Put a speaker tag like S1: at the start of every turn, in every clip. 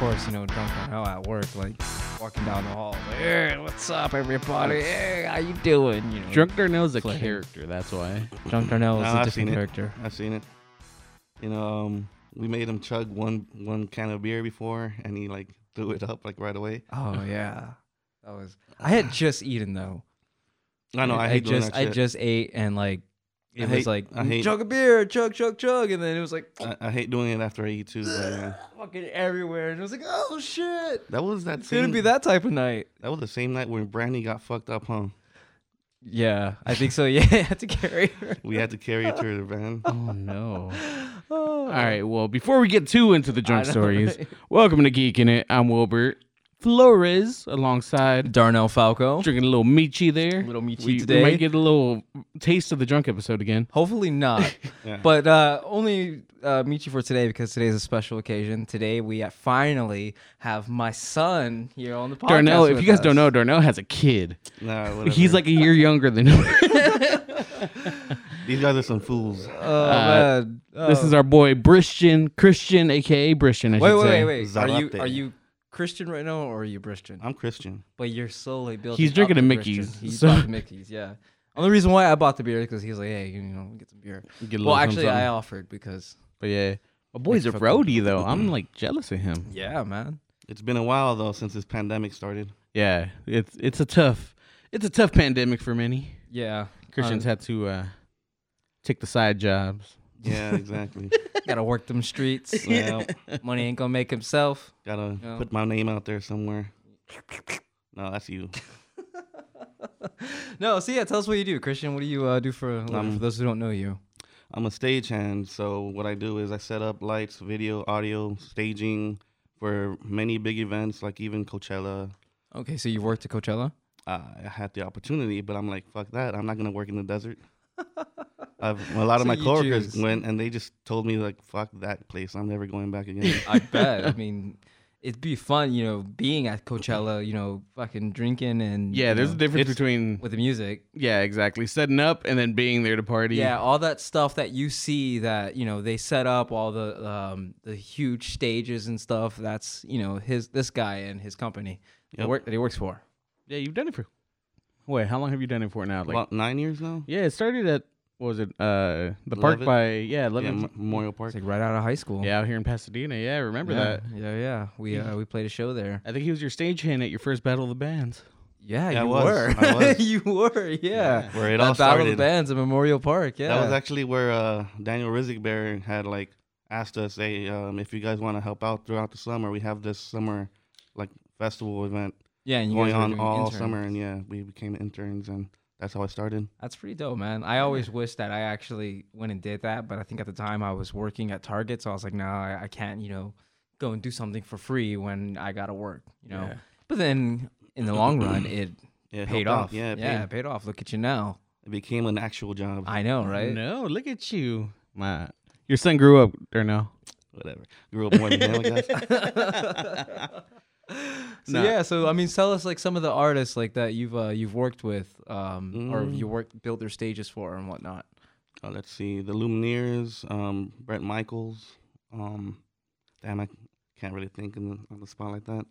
S1: was, you know, drunk on hell at work, like walking down the hall, like, hey, what's up, everybody? Hey, how you doing? You know,
S2: Drunk Darnell's a
S1: Flirting.
S2: character, that's why.
S1: Drunk Darnell is
S3: No,
S1: a
S3: I've seen
S1: different
S3: it.
S1: character.
S3: I've seen it. You know, um, we made him chug one one can of beer before, and he like threw it up like right away.
S1: Oh yeah, that was. I had just eaten though.
S3: I know. I, hate doing
S1: just
S3: that shit.
S1: I just ate and like it
S3: I
S1: was
S3: hate-
S1: like
S3: I hate-
S1: chug a beer, chug chug chug, and then it was like
S3: I, I hate doing it after I eat too. but, uh,
S1: fucking everywhere, and it was like oh shit.
S3: that was that.
S1: It's gonna
S3: same-
S1: be that type of night.
S3: That was the same night when Brandy got fucked up, huh?
S1: Yeah, I think so. Yeah, I had to carry her.
S3: We had to carry her to the van.
S2: Oh no.
S1: Oh.
S2: All right, well, before we get too into the
S1: I
S2: drunk
S1: know,
S2: stories,
S1: right?
S2: welcome to Geek in It. I'm Wilbert Flores alongside
S1: Darnell Falco.
S2: drinking a little Michi there.
S1: Little Michi
S2: we,
S1: today.
S2: We might get a little taste of the drunk episode again.
S1: Hopefully not.
S3: Yeah.
S1: But uh, only uh, meet you for today because today is a special occasion. Today we uh, finally have my son here on the podcast.
S2: Darnell, if
S1: with
S2: you guys don't
S1: us.
S2: know, Darnell has a kid.
S3: Nah, whatever.
S2: He's like a year younger than
S3: these guys are some fools.
S1: Oh, man.
S2: uh, this
S1: Oh.
S2: is our boy Bristian Christian, aka Bristian. I
S1: wait,
S2: should
S1: wait,
S2: say.
S1: wait, wait. Are you
S3: Zarate.
S1: are you Christian right now or are you Christian?
S3: I'm Christian.
S1: But you're slowly building.
S2: He's drinking
S1: up to
S2: a Mickey's,
S1: Christian. He's
S2: so-
S1: bought Mickey's, yeah. Only reason why I bought the beer because he was like, "Hey, you know, get some beer."
S2: Get a
S1: Well,
S2: little
S1: actually,
S2: something.
S1: I offered because
S2: But yeah, my boy's a
S1: fucking-
S2: roadie though. I'm like jealous of him.
S1: yeah, man.
S3: It's been a while though since this pandemic started.
S2: Yeah, it's it's a tough it's a tough pandemic for many.
S1: Yeah,
S2: Christians
S1: Um,
S2: had to uh take the side jobs.
S3: Yeah, exactly.
S1: gotta work them streets.
S3: well,
S1: Money ain't gonna make himself.
S3: gotta
S1: Yeah.
S3: put my name out there somewhere. No, that's you.
S1: No, so yeah, tell us what you do, Christian. What do you uh, do for, a living,
S3: Um,
S1: for those who don't know you?
S3: I'm a stagehand, so what I do is I set up lights, video, audio, staging for many big events, like even Coachella.
S1: Okay, so you worked at Coachella.
S3: Uh, I had the opportunity, but I'm like, fuck that. I'm not gonna work in the desert. I've, a lot of
S1: So
S3: my
S1: you
S3: coworkers
S1: choose.
S3: went, and they just told me like, fuck that place. I'm never going back again.
S1: I bet. I mean, it'd be fun, you know, being at Coachella, you know, fucking drinking and
S2: Yeah,
S1: you
S2: there's a
S1: know,
S2: difference
S3: it's-
S2: between
S1: with the music.
S2: yeah, exactly setting up and then being there to party.
S1: Yeah, all that stuff that you see that you know they set up all the um, the huge stages and stuff. That's you know his this guy and his company that
S3: Yep.
S1: work, that he works for.
S2: yeah, you've done it for. Wait, how long have you done it for now? Like,
S3: About nine years now.
S2: yeah, it started at what was it? Uh, the park
S3: Levitt?
S2: by yeah,
S3: Yeah,
S2: Levitt.
S3: M- Memorial Park.
S1: It's like right out of high school.
S2: yeah, out here in Pasadena. Yeah, I remember
S1: yeah,
S2: that.
S1: yeah, yeah. We uh, we played a show there.
S2: I think he was your stagehand at your first Battle of the Bands.
S1: Yeah,
S3: Yeah, I
S1: you
S3: was.
S1: were.
S3: I was.
S1: you were. Yeah.
S3: Where it
S1: that Battle
S3: all
S1: of the
S3: started.
S1: Bands at Memorial Park. Yeah.
S3: That was actually where uh, Daniel Rizik Bear had like asked us, "Hey, um, if you guys want to help out throughout the summer, we have this summer like festival event
S1: yeah, and you
S3: going
S1: guys were
S3: on
S1: doing
S3: all
S1: intern.
S3: summer." And yeah, we became interns, and that's how I started.
S1: That's pretty dope, man. I always wish that I actually went and did that, but I think at the time I was working at Target, so I was like, no, I, I can't, you know, go and do something for free when I gotta work, you know.
S2: Yeah.
S1: But then in the long run, it
S3: Yeah, it
S1: paid
S3: helped out.
S1: off.
S3: Yeah, it,
S1: yeah,
S3: paid.
S1: it paid off. Look at you now.
S3: it became an actual job.
S1: I know, right?
S2: No, look at you. My your son grew up or no?
S3: Whatever. Grew up more than hell, I guess.
S1: So
S2: Nah.
S1: yeah, so I mean, tell us like some of the artists like that you've uh, you've worked with, um, or
S3: Mm.
S1: you worked built their stages for and whatnot.
S3: Uh, let's see, the Lumineers, um, Brett Michaels. Um, damn, I can't really think in the, on the spot like that.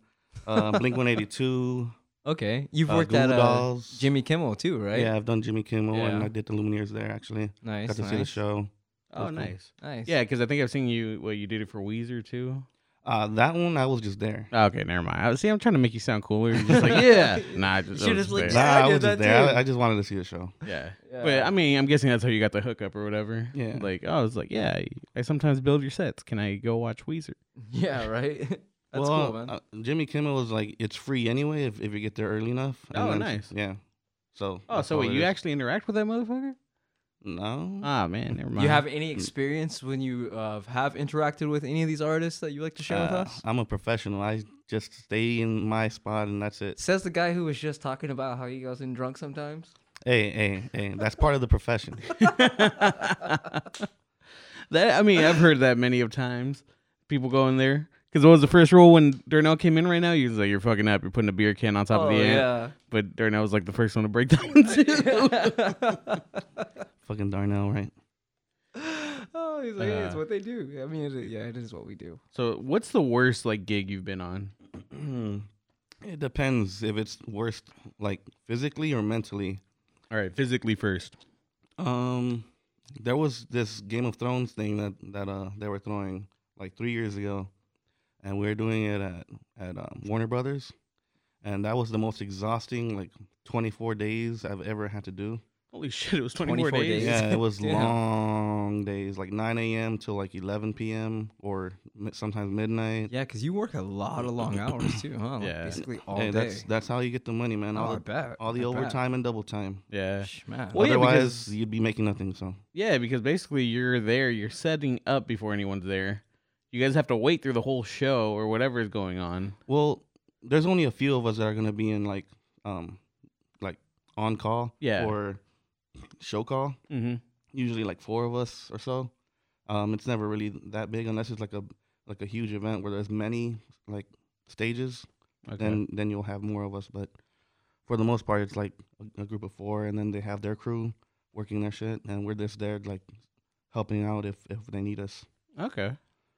S3: Uh, Blink One Eighty Two.
S1: Okay, you've
S3: Uh,
S1: worked
S3: Goo
S1: at
S3: Goo
S1: uh,
S3: Dolls.
S1: Jimmy Kimmel too, right?
S3: Yeah, I've done Jimmy Kimmel and
S1: Yeah.
S3: I did the Lumineers there actually.
S1: nice.
S3: Got to
S1: nice.
S3: see the show.
S2: Oh,
S3: That's cool.
S2: nice.
S1: Nice.
S2: Yeah, because I think I've seen you. Well, you did it for Weezer too.
S3: Uh, that one I was just there.
S2: Okay, never mind. I, see, I'm trying to make you sound cooler. You're just like, yeah, nah, I just,
S1: Should've
S2: I was
S1: just, like,
S2: there.
S3: Nah,
S1: Yeah, I
S3: I,
S1: did
S3: was just
S1: that
S3: there.
S1: too.
S3: I, I just wanted to see the show.
S2: yeah.
S1: Yeah.
S2: But I mean, I'm guessing that's how you got the hookup or whatever.
S3: Yeah.
S2: Like, I was like, yeah, I, I sometimes build your sets. Can I go watch Weezer?
S1: Yeah, right. That's cool,
S3: Well,
S1: man.
S3: uh, Jimmy Kimmel was like, it's free anyway if, if you get there early enough.
S2: Oh,
S3: then-
S2: nice.
S3: Yeah. So.
S2: Oh,
S3: that's
S2: so
S3: all
S2: wait,
S3: it
S2: you
S3: is.
S2: actually interact with that motherfucker?
S3: No.
S2: Ah, man, never mind.
S1: you have
S3: mm.
S1: any experience when you uh, have interacted with any of these artists that you like to share with
S3: Uh,
S1: us?
S3: I'm a professional. I just stay in my spot and that's it.
S1: Says the guy who was just talking about how he goes in drunk sometimes.
S3: Hey, hey, hey. That's part of the profession.
S2: that. I mean, I've heard that many of times. People go in there. Because what was the first rule when Darnell came in right now? He was like, you're fucking up. You're putting a beer can on top of
S1: Oh,
S2: the amp. But Darnell was like the first one to break down.
S3: Fucking Darnell, right?
S1: oh, he's like, yeah, it's
S2: Uh,
S1: what they do. I mean, it, yeah, it is what we do.
S2: So what's the worst like gig you've been on?
S1: Hmm.
S3: it depends if it's worse, like physically or mentally.
S2: All right, physically first.
S3: Um, there was this Game of Thrones thing that that uh they were throwing like three years ago, and we were doing it at at um, Warner Brothers, and that was the most exhausting like 24 days I've ever had to do.
S2: Holy shit, it was 24,
S1: 24
S2: days.
S1: days.
S3: Yeah, it was
S1: Damn.
S3: long days, like 9 a.m. till like 11 p.m. or mi- sometimes midnight.
S1: Yeah, because you work a lot of long hours too, huh? Like,
S2: Yeah.
S1: basically all
S3: Hey,
S1: day.
S3: that's that's how you get the money, man.
S1: oh,
S3: All
S1: I
S3: the,
S1: bet.
S3: all the
S1: I bet.
S3: overtime and double time.
S2: Yeah.
S1: Sh- man.
S2: Well, yeah,
S3: Otherwise,
S2: because-
S3: you'd be making nothing. So
S2: Yeah, because basically you're there, you're setting up before anyone's there. You guys have to wait through the whole show or whatever is going on.
S3: Well, there's only a few of us that are gonna be in like um like on call
S2: Yeah.
S3: or show call.
S2: Mm-hmm.
S3: Usually like four of us or so. Um it's never really that big unless it's like a like a huge event where there's many like stages.
S2: Okay.
S3: Then then you'll have more of us. But for the most part it's like a, a group of four and then they have their crew working their shit and we're just there like helping out if if they need us.
S2: okay.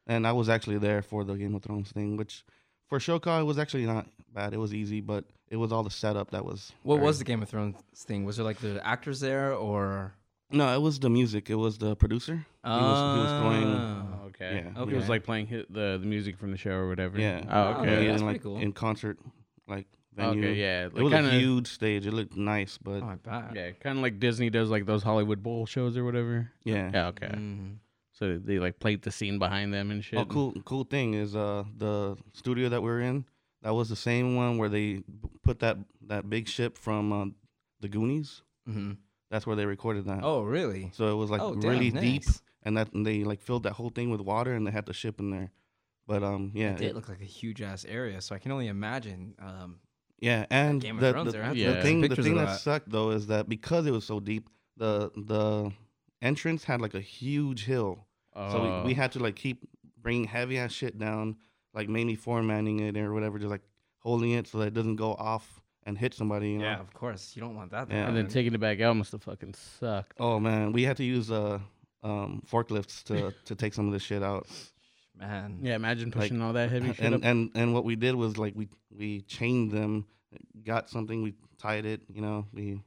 S3: And I was actually there for the Game of Thrones thing, which for Shokai it was actually not bad. It was easy, but it was all the setup that was.
S1: What
S3: very-
S1: was the Game of Thrones thing? Was there like the actors there or?
S3: No, it was the music. It was the producer. was- he was throwing-
S1: Ah.
S2: Oh, Okay.
S3: Yeah.
S2: It was
S1: Okay.
S2: like playing hi- the the music from the show or whatever.
S3: Yeah.
S2: Oh,
S1: Yeah,
S2: okay.
S1: that's pretty
S3: in, like,
S1: cool.
S3: in concert, like venue.
S2: Okay. Yeah.
S3: It was
S2: kind of.
S3: a huge stage. It looked nice, but
S1: Oh, I bet.
S2: Yeah, kind of like Disney does like those Hollywood Bowl shows or whatever.
S3: yeah.
S2: Yeah. Okay.
S1: Mm.
S2: So they like played the scene behind them and shit.
S3: Oh, cool! Cool thing is, uh, the studio that we were in, that was the same one where they put that that big ship from uh, the Goonies.
S1: Mhm.
S3: That's where they recorded that.
S1: Oh, really?
S3: So it was Uh, like
S1: oh, damn,
S3: really deep,
S1: nice.
S3: and that and they like filled that whole thing with water, and they had the ship in there. But um, yeah,
S1: It
S3: it-
S1: did look like a huge ass area, so I can only imagine. Um,
S3: Yeah, and
S1: Game of
S3: the,
S1: Thrones,
S3: the,
S1: there have
S3: the
S2: to be
S3: thing the
S1: pictures
S3: thing
S1: of
S3: that,
S1: that.
S3: sucked though is that because it was so deep, the the entrance had like a huge hill, so we, we
S2: Oh.
S3: had to like keep bringing heavy ass shit down, like mainly formatting it or whatever, just like holding it so that it doesn't go off and hit somebody. You know?
S1: yeah, of course, you don't want that. to
S3: Yeah.
S2: and then
S1: happen.
S2: taking it back out must have fucking sucked.
S3: Oh man, we had to use uh um forklifts to to take some of this shit out.
S1: man.
S2: Yeah, imagine
S3: Like,
S2: pushing all that heavy shit
S3: and
S2: up.
S3: and and what we did was like we we chained them, got something, we tied it. You know, we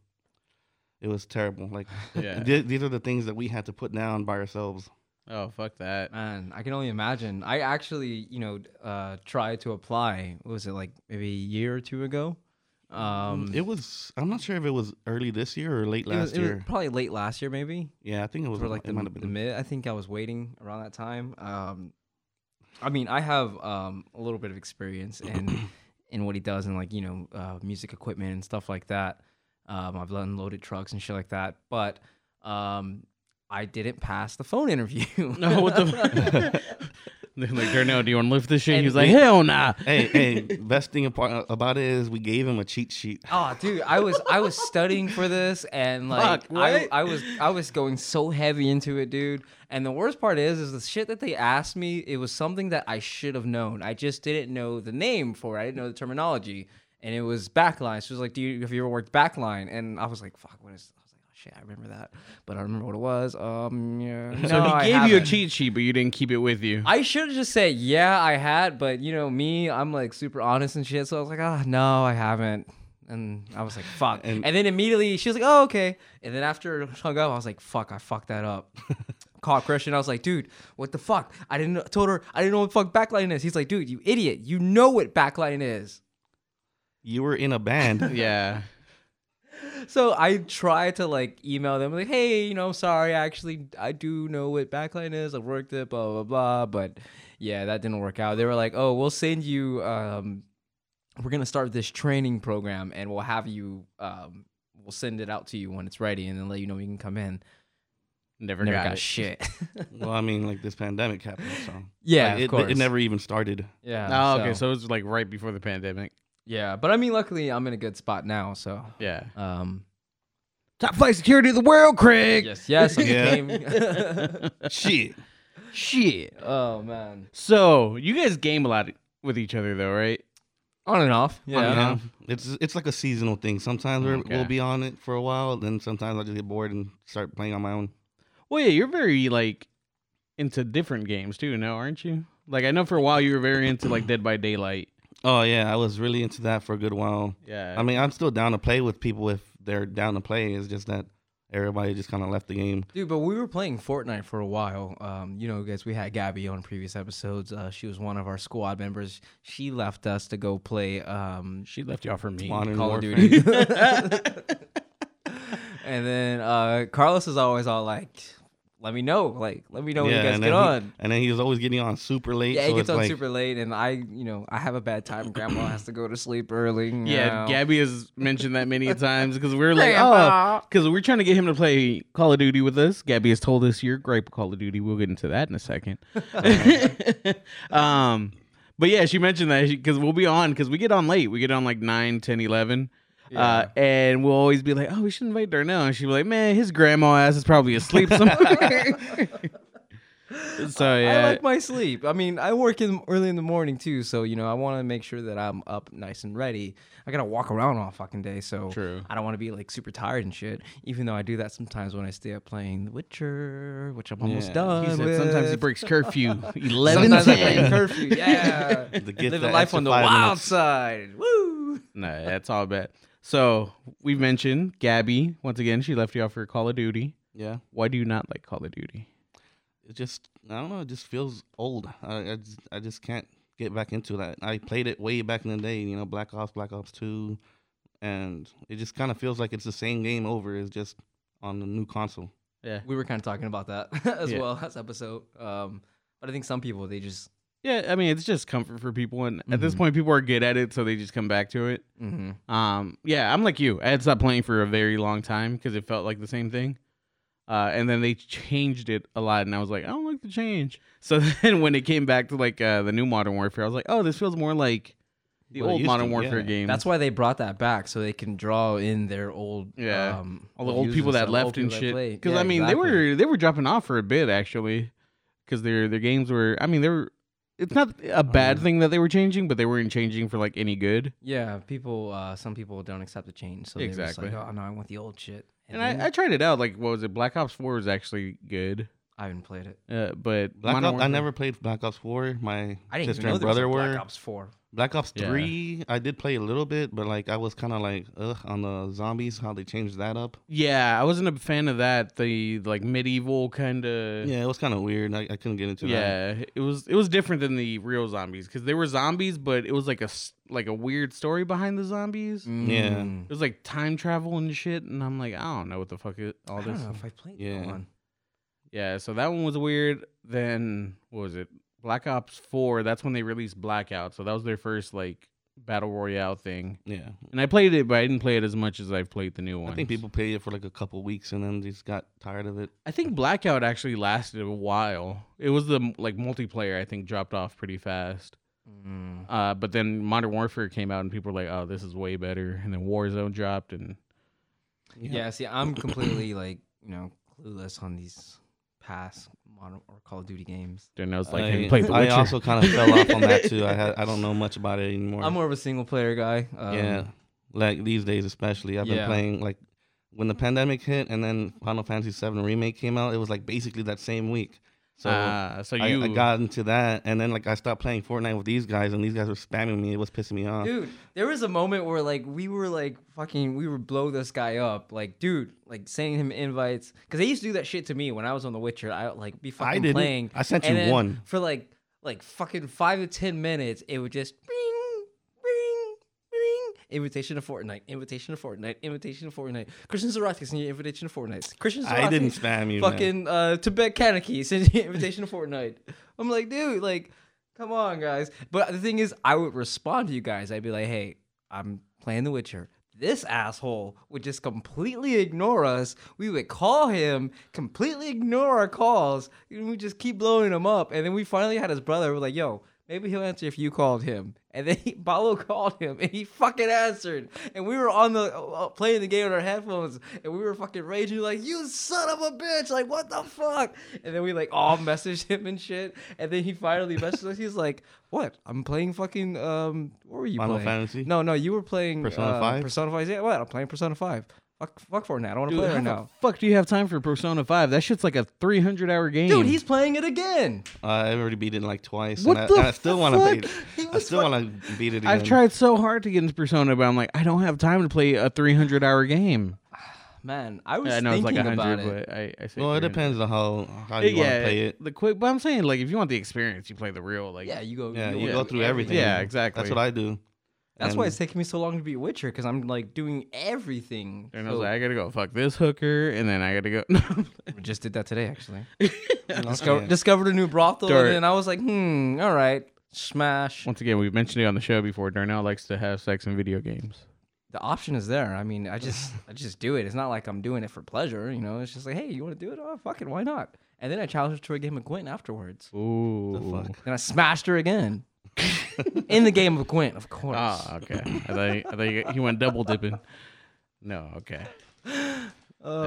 S3: it was terrible. Like
S2: Yeah.
S3: th- these are the things that we had to put down by ourselves.
S2: Oh fuck that.
S1: Man, I can only imagine. I actually, you know, uh, tried to apply. What was it like maybe a year or two ago?
S3: Mm-hmm.
S1: Um,
S3: it was I'm not sure if it was early this year or late
S1: it was-
S3: last
S1: it was
S3: year.
S1: probably late last year, maybe.
S3: yeah, I think it was
S1: for like
S3: it
S1: the,
S3: might have
S1: the
S3: been.
S1: mid. I think I was waiting around that time. Um, I mean, I have um, a little bit of experience in in what he does and like you know uh, music equipment and stuff like that. Um, I've unloaded trucks and shit like that, but um, I didn't pass the phone interview.
S2: No, what the? They're like, Darnell, do you want to lift this shit?
S1: And
S2: He's like,
S1: we-
S2: hell nah.
S3: hey, hey, best thing apart, uh, about it is we gave him a cheat sheet.
S1: Oh, dude, I was I was studying for this, and like
S2: Fuck, what?
S1: I, I was I was going so heavy into it, dude. And the worst part is, is the shit that they asked me. It was something that I should have known. I just didn't know the name for. it. I didn't know the terminology, and it was backline. She was like, "Do you have you ever worked backline?" And I was like, "Fuck, what is?" I was like, "Oh shit, I remember that, but I don't remember what it was." Um, yeah.
S2: So
S1: no, I
S2: he gave you a
S1: haven't.
S2: cheat sheet, but you didn't keep it with you.
S1: I should just say, yeah, I had, but you know me, I'm like super honest and shit. So I was like, ah, no, I haven't. And I was like, fuck.
S3: And-
S1: And, then immediately she was like, oh, okay. And then after it hung up, I was like, fuck, I fucked that up. Called Christian. I was like, dude, what the fuck? I didn't know, told her I didn't know what fuck backlighting is. He's like, dude, you idiot. You know what backlighting is.
S3: You were in a band.
S2: yeah.
S1: So I tried to like email them like, hey, you know, I'm sorry, I actually I do know what backline is. I've worked it, blah blah blah. But yeah, that didn't work out. They were like, oh, we'll send you. Um, we're gonna start this training program, and we'll have you. Um, we'll send it out to you when it's ready, and then let you know you can come in.
S2: Never,
S1: Never
S2: got,
S1: got,
S2: it.
S1: shit.
S3: well, I mean, like this pandemic happened, so
S1: yeah,
S3: Like,
S1: of
S3: it,
S1: course.
S3: it never even started.
S1: Yeah.
S2: Oh, okay. So it was like right before the pandemic.
S1: yeah, but I mean, luckily I'm in a good spot now. So
S2: Yeah.
S1: um,
S2: Top flight security of the world, Craig.
S1: yes, yes, I
S3: Yeah.
S1: came.
S3: Shit.
S1: shit. Oh man.
S2: So you guys game a lot with each other, though, right?
S1: On and off.
S3: I
S1: Oh, Yeah.
S3: mean, um, it's it's like a seasonal thing. Sometimes we're,
S2: Okay.
S3: we'll be on it for a while, then sometimes I just get bored and start playing on my own.
S2: Well, yeah, you're very like into different games too, no, aren't you? Like I know for a while you were very into like Dead by Daylight.
S3: Oh yeah, I was really into that for a good while.
S2: Yeah.
S3: I mean, I'm still down to play with people if they're down to play. It's just that everybody just kind of left the game.
S1: Dude, but we were playing Fortnite for a while. Um, you know, guys, we had Gabby on previous episodes. Uh, she was one of our squad members. She left us to go play um,
S2: she left y'all for me.
S3: Modern
S1: Call of
S3: Warfare.
S1: Duty. and then uh, Carlos is always all like, "Let me know, like, let me know when you guys
S3: and
S1: get
S3: then he-
S1: on."
S3: and then he was always getting on super late.
S1: Yeah, it
S3: so
S1: gets
S3: it's
S1: on
S3: like,
S1: super late, and I, you know, I have a bad time. Grandma has to go to sleep early.
S2: Yeah,
S1: now.
S2: Gabby has mentioned that many times because we are like,
S1: Grandpa.
S2: oh, because we're trying to get him to play Call of Duty with us. Gabby has told us your gripe with Call of Duty. We'll get into that in a second. um, but yeah, she mentioned that because we'll be on because we get on late. We get on like 9, 10, 11. Uh, and we'll always be like, oh, we should invite Darnell. And she'll be like, man, his grandma ass is probably asleep somewhere. so yeah.
S1: I like my sleep. I mean, I work in early in the morning too, so you know, I want to make sure that I'm up nice and ready. I gotta walk around all fucking day, so
S2: True.
S1: I don't want to be like super tired and shit. Even though I do that sometimes when I stay up playing The Witcher, which I'm almost
S3: Yeah.
S1: done
S2: he said
S1: with.
S2: sometimes he breaks curfew. 11
S1: Sometimes I play curfew. Yeah,
S3: To get
S1: living
S3: that
S1: life
S3: extra
S1: on the
S3: five
S1: wild
S3: minutes.
S1: side. Woo.
S2: No, that's all bad. So we mentioned Gabby once again. She left you off for Call of Duty.
S3: Yeah,
S2: Why do you not like Call of Duty?
S3: it just I don't know. It just feels old. I I just, I just can't get back into that. I played it way back in the day. You know, Black Ops, Black Ops Two, and it just kind of feels like it's the same game over. It's just on the new console.
S2: Yeah,
S1: We were kind of talking about that as
S2: Yeah.
S1: well last episode. Um, but I think some people they just
S2: yeah. I mean, it's just comfort for people, and at this
S3: Mm-hmm.
S1: Mhm.
S2: point, people are good at it, so they just come back to it.
S1: mhm.
S2: Um, yeah, I'm like you. I had stopped playing for a very long time because it felt like the same thing. Uh, and then they changed it a lot, and I was like, I don't like the change. So then when it came back to like uh, the new Modern Warfare, I was like, oh, this feels more like the
S3: What it
S2: old
S3: used to,
S2: Modern Warfare
S3: yeah.
S2: game.
S1: That's why they brought that back so they can draw in their old
S2: Yeah.
S1: um,
S2: all the old
S1: users
S2: people that
S1: stuff, old
S2: left
S1: people
S2: and
S1: that
S2: shit.
S1: played.
S2: Because
S1: Yeah,
S2: I mean,
S1: exactly.
S2: they were they were dropping off for a bit actually, because their their games were. I mean, they were. It's not a bad
S3: yeah.
S2: thing that they were changing, but they weren't changing for like any good.
S1: yeah people. Uh, some people don't accept the change, so
S2: Exactly.
S1: they're just like, oh no, I want the old shit.
S2: And I, I tried it out. Like, what was it? Black Ops Four was actually good,
S1: I, haven't played it.
S2: uh, but
S3: Black
S2: Modern
S3: Ops, I
S2: Warfare-
S3: never played Black Ops Four. My
S1: I didn't even know
S3: sister and
S1: there was
S3: brother
S1: a
S3: were
S1: Black Ops Four.
S3: Black Ops
S2: Yeah.
S3: Three. I did play a little bit, but like I was kind of like ugh on the zombies how they changed that up.
S2: Yeah, I wasn't a fan of that. The like medieval kind of.
S3: Yeah, it was kind of weird. I, I couldn't get into that.
S2: Yeah, it was it was different than the real zombies because they were zombies, but it was like a s- like a weird story behind the zombies.
S3: Yeah.
S1: Mm.
S2: It was like time travel and shit, and I'm like, I don't know what the fuck it, all
S1: I
S2: this.
S1: don't know if I played
S3: Yeah.
S1: that one.
S2: Yeah, so that one was weird. Then what was it? Black Ops Four. That's when they released Blackout. So that was their first like battle royale thing.
S3: Yeah.
S2: And I played it, but I didn't play it as much as I've played the new one.
S3: I think people played it for like a couple weeks and then just got tired of it.
S2: I think Blackout actually lasted a while. It was the like multiplayer. I think dropped off pretty fast.
S1: Mm.
S2: Uh, but then Modern Warfare came out, and people were like, "Oh, this is way better." And then Warzone dropped, and
S1: Yeah. see, I'm completely like you know clueless on these past modern or Call of Duty games.
S2: then I was like,
S3: I,
S2: "Have you played The
S3: I
S2: Witcher?"
S3: also kind of fell off on that too. I had, I don't know much about it anymore.
S1: I'm more of a single player guy. Um,
S3: yeah, like these days especially. I've been
S1: yeah.
S3: playing like when the pandemic hit and then Final Fantasy VII remake came out. It was like basically that same week. So
S2: Ah, so
S3: I,
S2: you
S3: I got into that and then like I stopped playing Fortnite with these guys and these guys were spamming me. It was pissing me off.
S1: Dude, there was a moment where like we were like fucking, we were blow this guy up, like dude, like sending him invites, because they used to do that shit to me when I was on The Witcher. I would, like be fucking
S3: didn't.
S1: playing.
S3: I sent
S1: and
S3: you
S1: then
S3: one.
S1: for like like fucking five to ten minutes. It would just ring, ring, ring. Invitation to Fortnite, invitation to Fortnite, invitation to Fortnite. Christian Zorati sent you invitation to Fortnite. Christian Zorati
S3: I didn't spam you. man.
S1: fucking uh, Tibet Kaneki sent you an invitation to Fortnite. I'm like, dude, like, come on, guys. But the thing is, I would respond to you guys. I'd be like, hey, I'm playing The Witcher. This asshole would just completely ignore us. We would call him, completely ignore our calls, and we just keep blowing him up. And then we finally had his brother. We're like, yo. Maybe he'll answer if you called him. And then he, Paulo called him, and he fucking answered. And we were on the uh, playing the game on our headphones, and we were fucking raging like, "You son of a bitch! Like, what the fuck?" And then we like all messaged him and shit. And then he finally messaged us. He's like, "What? I'm playing fucking um, what were you
S3: Final
S1: playing?
S3: Fantasy?
S1: No, no, you were playing
S3: Persona
S1: uh,
S3: five?
S1: Persona Five. Yeah, what? I'm playing Persona Five. Fuck, fuck Fortnite. I don't want to
S2: Dude,
S1: play it
S2: how
S1: right
S2: the
S1: now.
S2: fuck do you have time for Persona Five? That shit's like a 300 hour game.
S1: Dude, he's playing it again.
S3: I already beat it like twice,
S2: What
S3: and, I,
S2: the
S3: and I still want to play
S2: fuck?
S1: He
S3: it. I
S1: was
S3: still want to beat it again.
S2: I've tried so hard to get into Persona, but I'm like, I don't have time to play a 300 hour game.
S1: Man, I was
S2: I know it's
S1: thinking
S2: like 100,
S1: about it.
S2: but I, I say
S3: Well,
S2: 300.
S3: it depends on how how you want to play it.
S2: The quick, but I'm saying like if you want the experience, you play the real. Like
S1: yeah, you go.
S3: Yeah,
S1: you
S3: you
S1: went
S3: go through everything.
S2: Yeah, exactly.
S3: That's what I do.
S1: That's why
S3: And-
S1: it's taking me so long to beat Witcher because I'm like doing everything.
S2: And I was
S1: So-
S2: like, I gotta go fuck this hooker, and then I gotta go. No.
S1: We just did that today, actually. Discover-
S3: Okay.
S1: Discovered a new brothel,
S2: Dirt.
S1: and then I was like, hmm, all right, smash.
S2: Once again, we've mentioned it on the show before. Darnell likes to have sex in video games.
S1: The option is there. I mean, I just, I just do it. It's not like I'm doing it for pleasure, you know. It's just like, hey, you want to do it? Oh, fuck it, why not? And then I challenged her to a game of Gwent afterwards.
S2: Ooh.
S3: fuck?
S1: Then I smashed her again in the game of Gwent, of course.
S2: Ah, okay. I thought, he, I thought he, he went double dipping. No, okay. That's,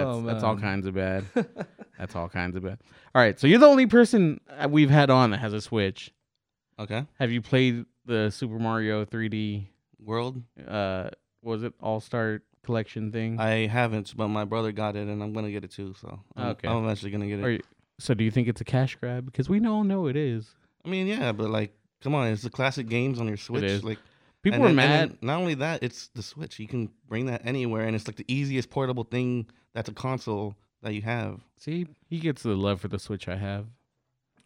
S1: oh
S2: that's all
S1: man.
S2: kinds of bad. That's all kinds of bad. All right, so you're the only person uh, we've had on that has a Switch.
S3: Okay,
S2: Have you played the Super Mario 3D?
S3: world.
S2: Uh, what was it All Star Collection thing?
S3: I haven't, but my brother got it, and I'm gonna get it too. So I'm,
S2: Okay.
S3: I'm eventually gonna get it.
S2: Are you- so do you think it's a cash grab? Because we all know it is.
S3: I mean, yeah, but like, come on, it's the classic games on your Switch.
S2: is.
S3: Like
S2: People
S3: and
S2: are
S3: then-
S2: mad.
S3: and then not only that, it's the Switch. You can bring that anywhere, and it's like the easiest portable thing that's a console that you have.
S2: See, he gets the love for the Switch I have.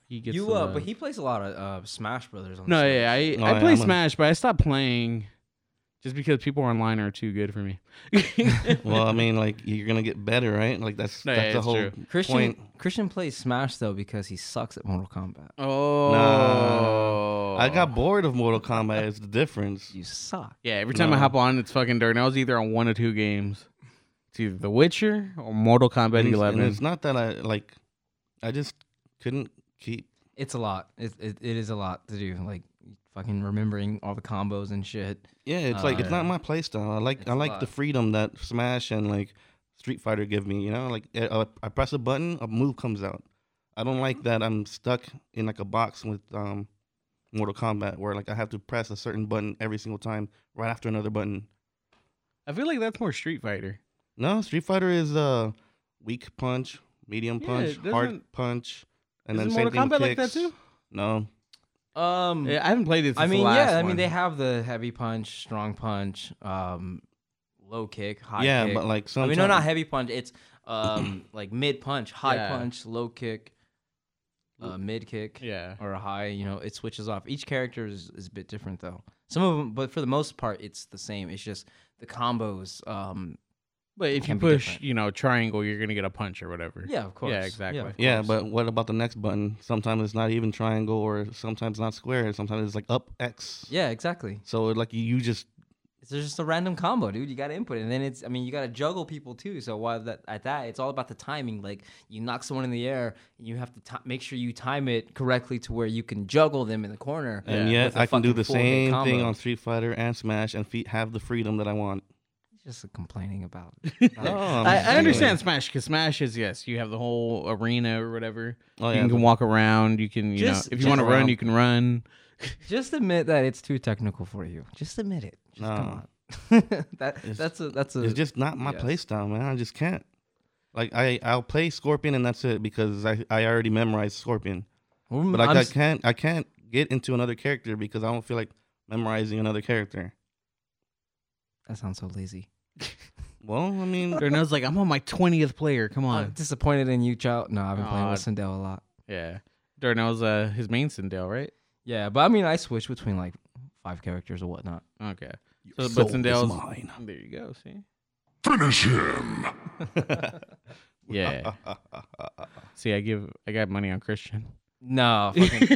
S2: He gets
S1: You
S2: the
S1: uh,
S2: love.
S1: but he plays a lot of uh, Smash Brothers on. the
S2: No,
S1: Switch.
S2: yeah, I,
S3: No,
S2: I
S3: Oh, yeah,
S2: play
S3: I'm a-
S2: Smash, but I stopped playing just because people online are too good for me.
S3: Well, I mean, like you're gonna get better, right? Like that's
S2: No,
S3: that's
S2: yeah,
S3: the
S2: it's
S3: whole
S2: true.
S1: Christian
S3: point.
S1: Christian plays Smash though because he sucks at Mortal Kombat.
S2: oh,
S3: I got bored of Mortal Kombat. It's the difference.
S1: You suck.
S2: Yeah, every time I
S3: No.
S2: hop on, it's fucking dirt. And I was either on one or two games. It's either The Witcher or Mortal Kombat
S3: And it's, and
S2: 11.
S3: it's not that I like. I just couldn't keep.
S1: It's a lot. It, it, it is a lot to do. Like fucking remembering all the combos and shit.
S3: Yeah, it's
S1: Uh,
S3: like it's not
S1: yeah.
S3: my playstyle. I like
S1: It's
S3: I
S1: a
S3: like the
S1: lot.
S3: freedom that Smash and like Street Fighter give me. You know, like I, I press a button, a move comes out. I don't like that I'm stuck in like a box with um, Mortal Kombat, where like I have to press a certain button every single time, right after another button.
S2: I feel like that's more Street Fighter.
S3: No, Street Fighter is uh, weak punch, medium
S2: Yeah,
S3: punch,
S2: it
S3: hard
S2: doesn't-
S3: punch, and
S2: Isn't
S3: then same
S2: Mortal
S3: thing
S2: Kombat
S3: with
S2: like that
S3: kicks.
S2: too?
S3: No,
S1: Um,
S2: Yeah, I haven't played it since
S1: I mean,
S2: the last
S1: yeah, I mean
S2: one.
S1: they have the heavy punch, strong punch, um, low kick, high
S3: yeah,
S1: kick.
S3: but like
S1: I
S3: sometimes
S1: mean, no, not heavy punch. It's um like mid punch, high
S2: Yeah.
S1: punch, low kick, uh, mid kick,
S2: Yeah.
S1: or a high. You know, it switches off. Each character is, is a bit different though. Some of them, but for the most part, it's the same. It's just the combos. Um,
S2: But if you
S1: can be
S2: push,
S1: different.
S2: you know, triangle, you're going to get a punch or whatever.
S1: yeah, of course.
S2: Yeah, exactly.
S1: of
S3: Yeah,
S1: course.
S3: but what about the next button? Sometimes it's not even triangle, or sometimes not square. Sometimes it's like up X.
S1: yeah, exactly.
S3: So like you, you just
S1: It's just a random combo, dude. You got to input, it. and then it's. I mean, you got to juggle people too. So while that at that, it's all about the timing. Like you knock someone in the air, you have to ti make sure you time it correctly to where you can juggle them in the corner.
S3: and
S2: Yeah.
S1: With
S3: yet
S1: a
S3: I can do
S1: fucking
S3: the
S1: full hit
S3: same thing
S1: combo.
S3: on Street Fighter and Smash and fe- have the freedom that I want.
S1: Just complaining about.
S3: No, I'm
S2: I,
S3: just
S2: I
S3: saying.
S2: understand Smash because Smash is yes, you have the whole arena or whatever.
S3: Oh
S2: you can,
S3: yeah, but-
S2: walk around. You can, you
S1: Just-
S2: know, if you
S1: just
S2: want to run,
S1: around.
S2: you can run.
S1: Just admit that it's too technical for you. Just admit it. Just
S3: No.
S1: come on. that
S3: It's-
S1: that's a that's a.
S3: it's just not my
S1: Yes.
S3: playstyle, man. I just can't. Like I, I'll play Scorpion and that's it because I, I already memorized Scorpion.
S1: Mm,
S3: But like
S1: I'm
S3: I
S1: s-
S3: can't, I can't get into another character because I don't feel like memorizing another character.
S1: that sounds so lazy.
S3: Well, I mean,
S2: Darnell's like, I'm on my twentieth player. Come
S1: I'm
S2: on.
S1: disappointed in you, child. No, I've been playing with
S2: Aw.
S1: Sindel a lot.
S2: Yeah. Darnell's uh his main Sindel, right?
S1: Yeah, but I mean, I switch between like five characters or whatnot.
S2: Okay.
S3: Your
S2: So, but
S3: soul is
S2: Sindel's
S3: mine.
S2: Oh, There you go. See. Yeah.
S3: yeah.
S2: See, I give I got money on Christian.
S1: No, fucking.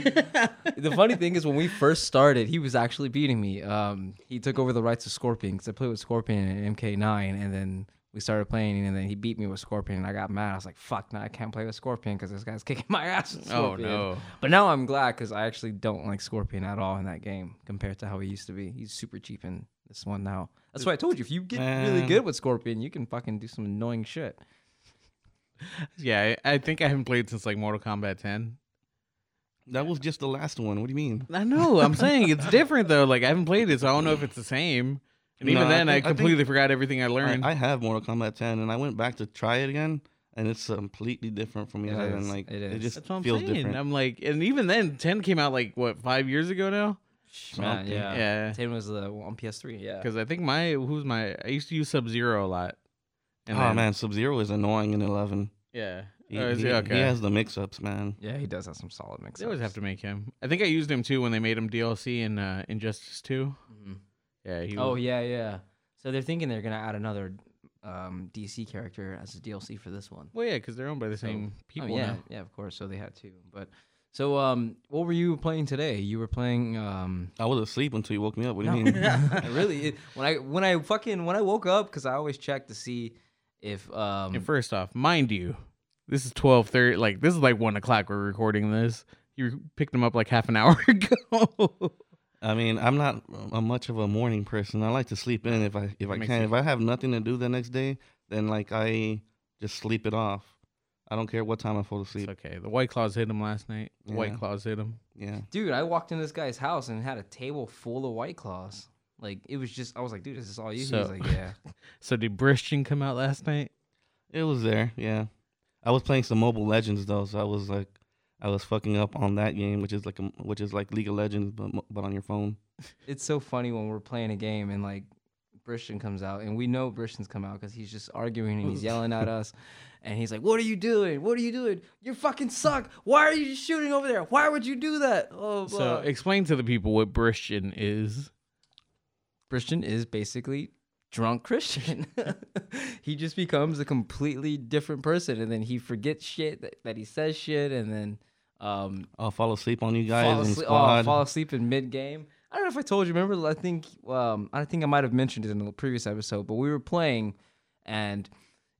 S1: the funny thing is when we first started, he was actually beating me. Um, he took over the rights of Scorpion because I played with Scorpion and MK9, and then we started playing, and then he beat me with Scorpion, and I got mad. I was like, "Fuck, now I can't play with Scorpion because this guy's kicking my ass." With
S2: oh
S1: Scorpion.
S2: no.
S1: But now I'm glad because I actually don't like Scorpion at all in that game compared to how he used to be. He's super cheap in this one now. That's why I told you if you get really
S3: Man.
S1: good with Scorpion, you can fucking do some annoying shit.
S2: Yeah, I, I think I haven't played since like Mortal Kombat 10.
S3: That was just the last one. What do you mean?
S2: I know. I'm saying it's different though. Like I haven't played it, so I don't know if it's the same. And even
S3: No, I
S2: then, I,
S3: think- I think-
S2: completely forgot everything I
S3: I,
S2: learned.
S3: I have Mortal Kombat 10, and I went back to try it again, and it's completely different from the
S1: It
S3: other.
S1: is,
S3: And like
S1: it
S3: it,
S1: is.
S3: just
S2: That's what I'm
S3: feels
S2: saying.
S3: different.
S2: I'm like, and even then, ten came out like what five years ago now.
S1: Man,
S3: Something.
S1: yeah.
S2: Yeah,
S1: Ten was the uh, on PS3. Yeah.
S2: because I think my who's my I used to use Sub Zero a lot.
S3: oh
S2: then-
S3: man, Sub Zero is annoying in 11.
S2: yeah.
S3: He,
S2: Oh, is
S3: he-
S2: he-
S3: he
S2: okay.
S3: has the mix-ups, man.
S1: Yeah, he does have some solid mix.
S2: They always have to make him. I think I used him too when they made him DLC in uh, Injustice Two. Yeah. He
S1: Mm-hmm. Oh
S2: was-
S1: yeah, yeah. So they're thinking they're gonna add another um, DC character as a DLC for this one.
S2: Well, yeah, because they're owned by the same
S1: Oh,
S2: people.
S1: yeah,
S2: now.
S1: yeah, of course. So they had to. But so, um, what were you playing today? You were playing. Um,
S3: I was asleep until you woke me up. What do you
S1: no,
S3: mean?
S1: really? It, when I when I fucking when I woke up because I always check to see if um
S2: And first off, mind you, this is twelve thirty. Like this is like one o'clock. We're recording this. You picked him up like half an hour ago.
S3: I mean, I'm not a much of a morning person. I like to sleep in if I if I
S2: Makes
S3: can.
S2: sense.
S3: If I have nothing to do the next day, then like I just sleep it off. I don't care what time I fall
S2: it's
S3: asleep.
S2: okay. The White Claws hit him last night. The White
S3: Yeah.
S2: Claws hit him.
S3: Yeah.
S1: dude, I walked in this guy's house and had a table full of white claws. Like it was just, I was like, dude, this is all you. He was
S2: So-
S1: like, yeah.
S2: So did Bristian come out last night?
S3: It was there, yeah. I was playing some Mobile Legends though, so I was like, I was fucking up on that game, which is like, a, which is like League of Legends, but mo- but on your phone.
S1: it's so funny when we're playing a game and like Brishton comes out and we know Brishton's come out because he's just arguing and he's yelling at us and he's like, What are you doing? What are you doing? You fucking suck. Why are you shooting over there? Why would you do that? Oh
S2: So
S1: so
S2: explain to the people what Bristian is.
S1: Brishton is basically drunk Christian. he just becomes a completely different person and then he forgets shit that, that he says shit and then um
S3: I'll fall asleep on you guys
S1: fall
S3: and
S1: asleep, oh,
S3: squad.
S1: fall asleep in mid game. I don't know if I told you. Remember, I think um, I think I might have mentioned it in the previous episode, but we were playing, and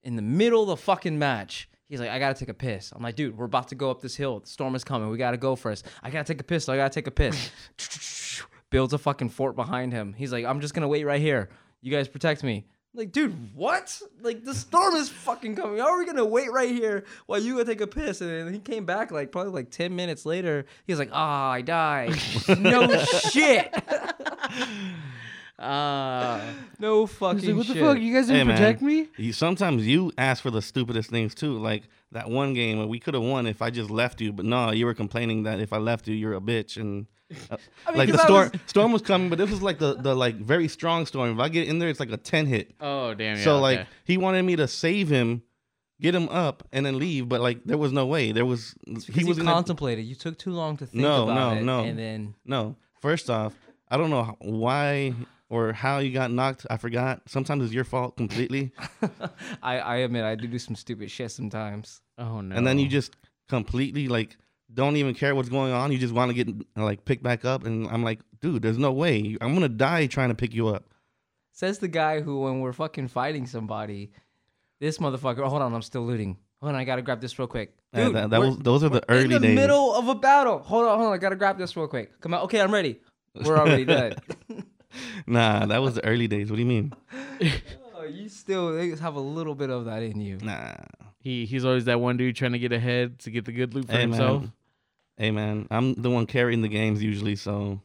S1: in the middle of the fucking match, he's like, "I gotta take a piss." I'm like, "Dude, we're about to go up this hill. The storm is coming. We gotta go first. I gotta take a piss. I gotta take a piss." Builds a fucking fort behind him. He's like, "I'm just gonna wait right here. You guys protect me." I'm Like, dude, what? Like, the storm is fucking coming. How are we gonna wait right here while you go take a piss? And then he came back like probably like ten minutes later. He was like, "Ah, I died. no shit.
S2: Uh,
S1: No fucking
S2: what
S1: shit.
S2: the fuck? You guys
S3: Ah, Hey,
S2: didn't
S3: man.
S2: protect me?
S3: You, sometimes you ask for the stupidest things too, like that one game where we could have won if I just left you, but no, you were complaining that if I left you, you're a bitch and. uh,
S1: I mean,
S3: like
S1: 'cause
S3: the
S1: I
S3: storm,
S1: was-
S3: storm was coming, but this was like the, the like very strong storm. If I get in there, it's like a ten hit.
S2: Oh damn! Yeah,
S3: so
S2: okay.
S3: like he wanted me to save him, get him up, and then leave. But like there was no way. There was
S1: Because
S3: he was
S1: you
S3: gonna-
S1: contemplated. You took too long to think
S3: No,
S1: about
S3: no,
S1: it,
S3: no.
S1: and then
S3: no. First off, I don't know h- why or how you got knocked. I forgot. Sometimes it's your fault completely,
S1: I, I admit I do do some stupid shit sometimes.
S2: oh no!
S3: and then you just completely like don't even care what's going on. You just want to get like picked back up, and I'm like, dude, there's no way. I'm gonna die trying to pick you up.
S1: Says the guy who, when we're fucking fighting somebody, this motherfucker. Oh, hold on, I'm still looting. Hold on, I gotta grab this real quick.
S3: Yeah,
S1: Dude,
S3: that, that
S1: we're-
S3: was those are the early
S1: in the
S3: days.
S1: middle of a battle. Hold on, hold on. I gotta grab this real quick. Come out. Okay, I'm ready. We're already dead.
S3: Nah, that was the early days. What do you mean?
S1: oh, you still they have a little bit of that in you.
S3: Nah.
S2: he he's always that one dude trying to get ahead to get the good loot for
S3: Hey, man.
S2: himself.
S3: Hey man, I'm the one carrying the games usually, so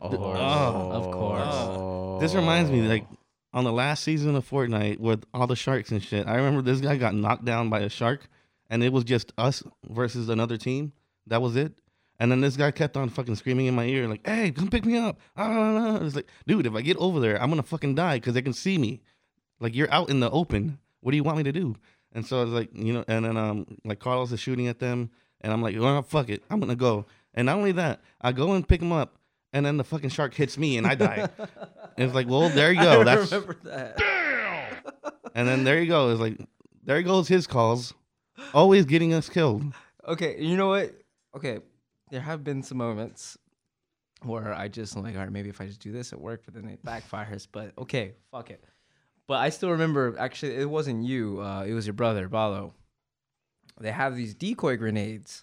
S1: course. Oh, Of course.
S3: Oh,
S2: Oh.
S3: this reminds me like on the last season of Fortnite with all the sharks and shit. I remember this guy got knocked down by a shark and it was just us versus another team. That was it. And then this guy kept on fucking screaming in my ear like, "Hey, come pick me up." Ah, it's like, "Dude, if I get over there, I'm going to fucking die cuz they can see me. Like you're out in the open. What do you want me to do?" And so I was like, you know, and then um like Carlos is shooting at them and I'm like, "Oh, fuck it. I'm going to go." And not only that, I go and pick him up and then the fucking shark hits me and I die. And it's like, well, there you go.
S1: I
S3: That's
S1: remember that.
S3: and then there you go. It's like there goes his calls, always getting us killed.
S1: Okay, you know what? Okay, there have been some moments where I just am like, all right, maybe if I just do this, it worked, but then it backfires. But okay, fuck it. But I still remember. Actually, it wasn't you. Uh, it was your brother, Balo. They have these decoy grenades,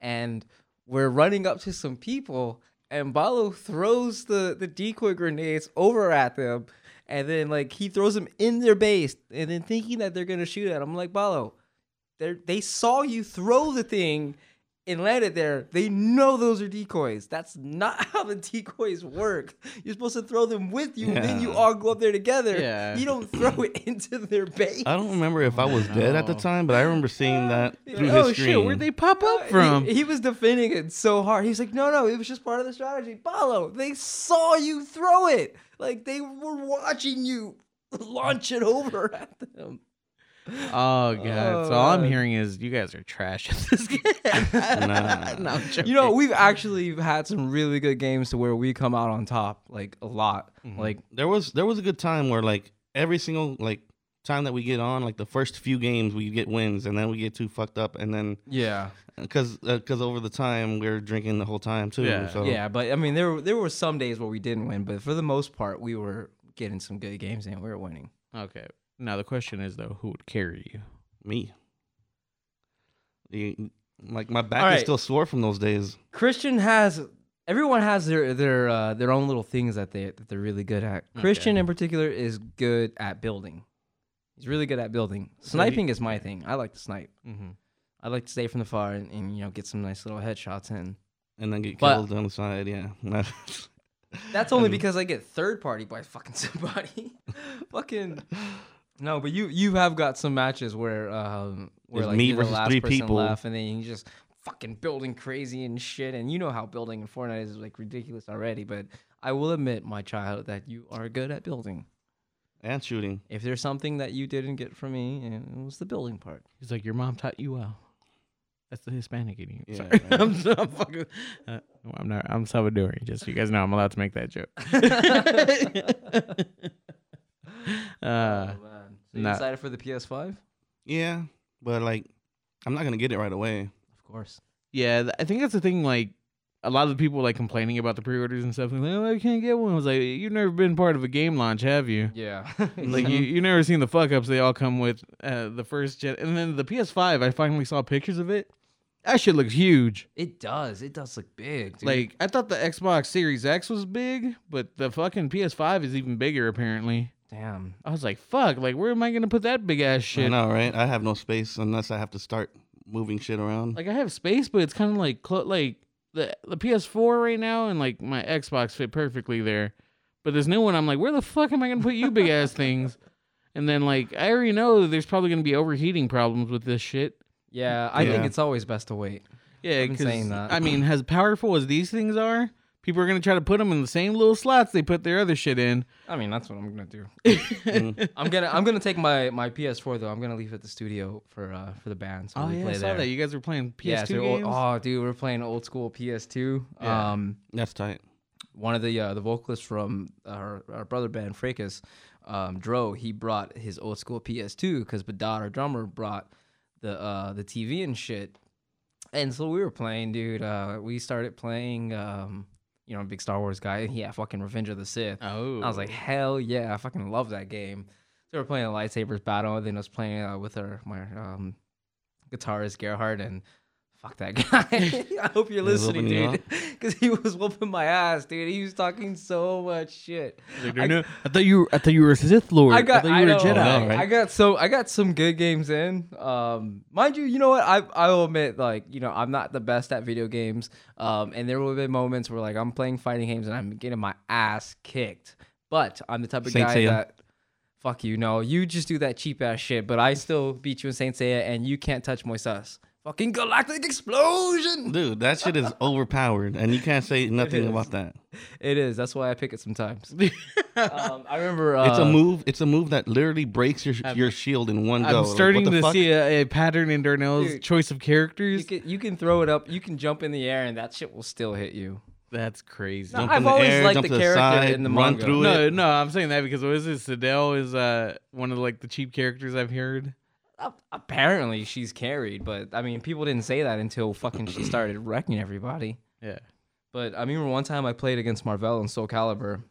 S1: and we're running up to some people, and Balo throws the the decoy grenades over at them, and then like he throws them in their base, and then thinking that they're gonna shoot at him. I'm like, Balo, they they saw you throw the thing and landed there, they know those are decoys. That's not how the decoys work. You're supposed to throw them with you, and then you
S3: Yeah.
S1: all go up there together.
S2: Yeah.
S1: You don't throw it into their base.
S3: I don't remember if I was dead at the
S2: no.
S3: time, but I remember seeing that
S1: Yeah.
S3: through
S2: oh
S3: his screen. Oh,
S2: shit, where'd they pop up from?
S1: He, he was defending it so hard. He's like, no, no, it was just part of the strategy. Paulo, they saw you throw it. Like they were watching you launch it over at them.
S2: Oh god!
S1: Oh,
S2: so all I'm
S1: man.
S2: hearing is you guys are trash at this game.
S3: Nah.
S2: no, I'm
S1: You know,
S2: joking.
S1: we've actually had some really good games to where we come out on top, like a lot. Like
S3: There was there was a good time where like every single like time that we get on, like the first few games we get wins, and then we get too fucked up, and then
S1: yeah,
S3: because because over the time we were drinking the whole time too.
S2: Yeah.
S3: So
S1: yeah. But I mean, there were- there were some days where we didn't win, but for the most part, we were getting some good games and we were winning.
S2: okay. Now the question is though, who would carry you?
S3: me, You- like my back
S1: All right.
S3: is still sore from those days.
S1: Christian has everyone has their their uh, their own little things that they that they're really good at. Christian in particular is good at building. He's really good at building. Sniping is my thing. I like to snipe.
S2: Mm-hmm.
S1: I like to stay from the far and, and you know get some nice little headshots in.
S3: And then get
S1: But-
S3: killed on the side, yeah.
S1: That's only because I get third party by fucking somebody. fucking no, but you you have got some matches where um where
S3: It's
S1: like
S3: me
S1: you're the
S3: versus
S1: last
S3: three
S1: person
S3: people.
S1: left, and then you just fucking building crazy and shit, and you know how building in Fortnite is like ridiculous already. But I will admit, my child, that you are good at building.
S3: and shooting.
S1: If there's something that you didn't get from me, eh, it was the building part.
S2: He's like, your mom taught you well. That's the Hispanic in you.
S3: Yeah,
S2: Sorry,
S3: right.
S2: I'm, so, I'm fucking. Uh, no, I'm not. I'm Salvadorian. Just so you guys know, I'm allowed to make that joke.
S1: oh,
S2: uh,
S1: man. So you
S2: nah.
S1: decided for the PS5?
S3: Yeah, but like I'm not gonna get it right away.
S1: Of course.
S2: yeah, th- I think that's the thing. Like, a lot of the people like complaining about the pre-orders and stuff. Like, oh, I can't get one. I was like, you've never been part of a game launch, have you?
S1: Yeah.
S2: Like you,
S3: Mm-hmm.
S2: you never seen the fuck ups they all come with uh, the first gen, and then the PS5. I finally saw pictures of it. That shit looks huge.
S1: it does. It does look big. Dude.
S2: Like I thought the Xbox Series X was big, but the fucking PS5 is even bigger apparently.
S1: damn.
S2: I was like, fuck, like where am I gonna put that big ass
S3: I
S2: shit?
S3: know, right? I have no space unless I have to start moving shit around.
S2: Like I have space, but it's kind of like clo- like the the PS4 right now and like my Xbox fit perfectly there. But this new one, I'm like, where the fuck am I gonna put you big ass things? And then like I already know that there's probably gonna be overheating problems with this shit.
S1: Yeah, I think
S3: Yeah.
S1: it's always best to wait.
S2: Yeah,
S1: I've been
S2: 'cause,
S1: saying that.
S2: I mean, as powerful as these things are, people are gonna try to put them in the same little slots they put their other shit in.
S1: I mean, that's what I'm gonna do.
S2: Mm.
S1: I'm gonna I'm gonna take my my PS4 though. I'm gonna leave it at the studio for uh for the band. So
S2: Oh
S1: we
S2: yeah, I
S1: play
S2: saw
S1: there.
S2: that. You guys were playing PS2
S1: yeah, so old-
S2: games.
S1: oh dude, we're playing old school PS2.
S2: Yeah.
S1: Um,
S3: That's tight.
S1: one of the uh, the vocalists from uh, our, our brother band Fracas, um, Dro, he brought his old school PS2 because Badad, our drummer, brought the uh the TV and shit. And so we were playing, dude. Uh, we started playing. Um, you know, I'm a big Star Wars guy. Yeah, fucking Revenge of the Sith.
S2: oh,
S1: I was like, hell yeah, I fucking love that game. So we were playing a lightsabers battle, and then I was playing uh, with our my um, guitarist Gerhard, and fuck that guy. I hope you're
S3: He was
S1: listening,
S3: whooping you
S1: dude, because he was whooping my ass, dude. He was talking so much shit. I-
S2: I, thought you, were, I thought you were a Sith Lord.
S1: I got,
S2: thought you
S1: I,
S2: were
S1: know,
S2: a Jedi.
S3: know, right?
S1: I got so I got some good games in. Um, mind you, you know what? I I will admit, like you know, I'm not the best at video games. Um, and there will be moments where like I'm playing fighting games and I'm getting my ass kicked. But I'm the type of
S3: Saint
S1: guy
S3: Seiya.
S1: that fuck you. No, you just do that cheap ass shit. But I still beat you in Saint Seiya, and you can't touch my sus. Fucking galactic explosion.
S3: Dude, that shit is overpowered and you can't say nothing about that.
S1: It is. That's why I pick it sometimes. um, I remember. Uh,
S3: It's a move it's a move that literally breaks your your shield in one go.
S2: I'm
S3: Like,
S2: starting
S3: what the
S2: to
S3: fuck?
S2: see a, a pattern in Darnell's
S1: Dude.
S2: choice of
S1: You
S2: characters.
S1: can you can throw it up. You can jump in the air, and that shit will still hit you.
S2: That's crazy.
S1: No,
S2: No,
S3: Jump in
S1: I've
S3: the
S1: always
S3: air,
S1: liked
S3: jump
S1: the
S3: to the
S1: character
S3: side,
S1: in the
S3: run
S1: manga.
S3: through
S2: no, I'm saying that because what is this? Sadell is uh one of like the cheap characters I've heard.
S1: Ap- Apparently, she's carried, but I mean, people didn't say that until fucking she started wrecking everybody.
S2: Yeah.
S1: But I remember one time I played against Marvell in Soul Calibur.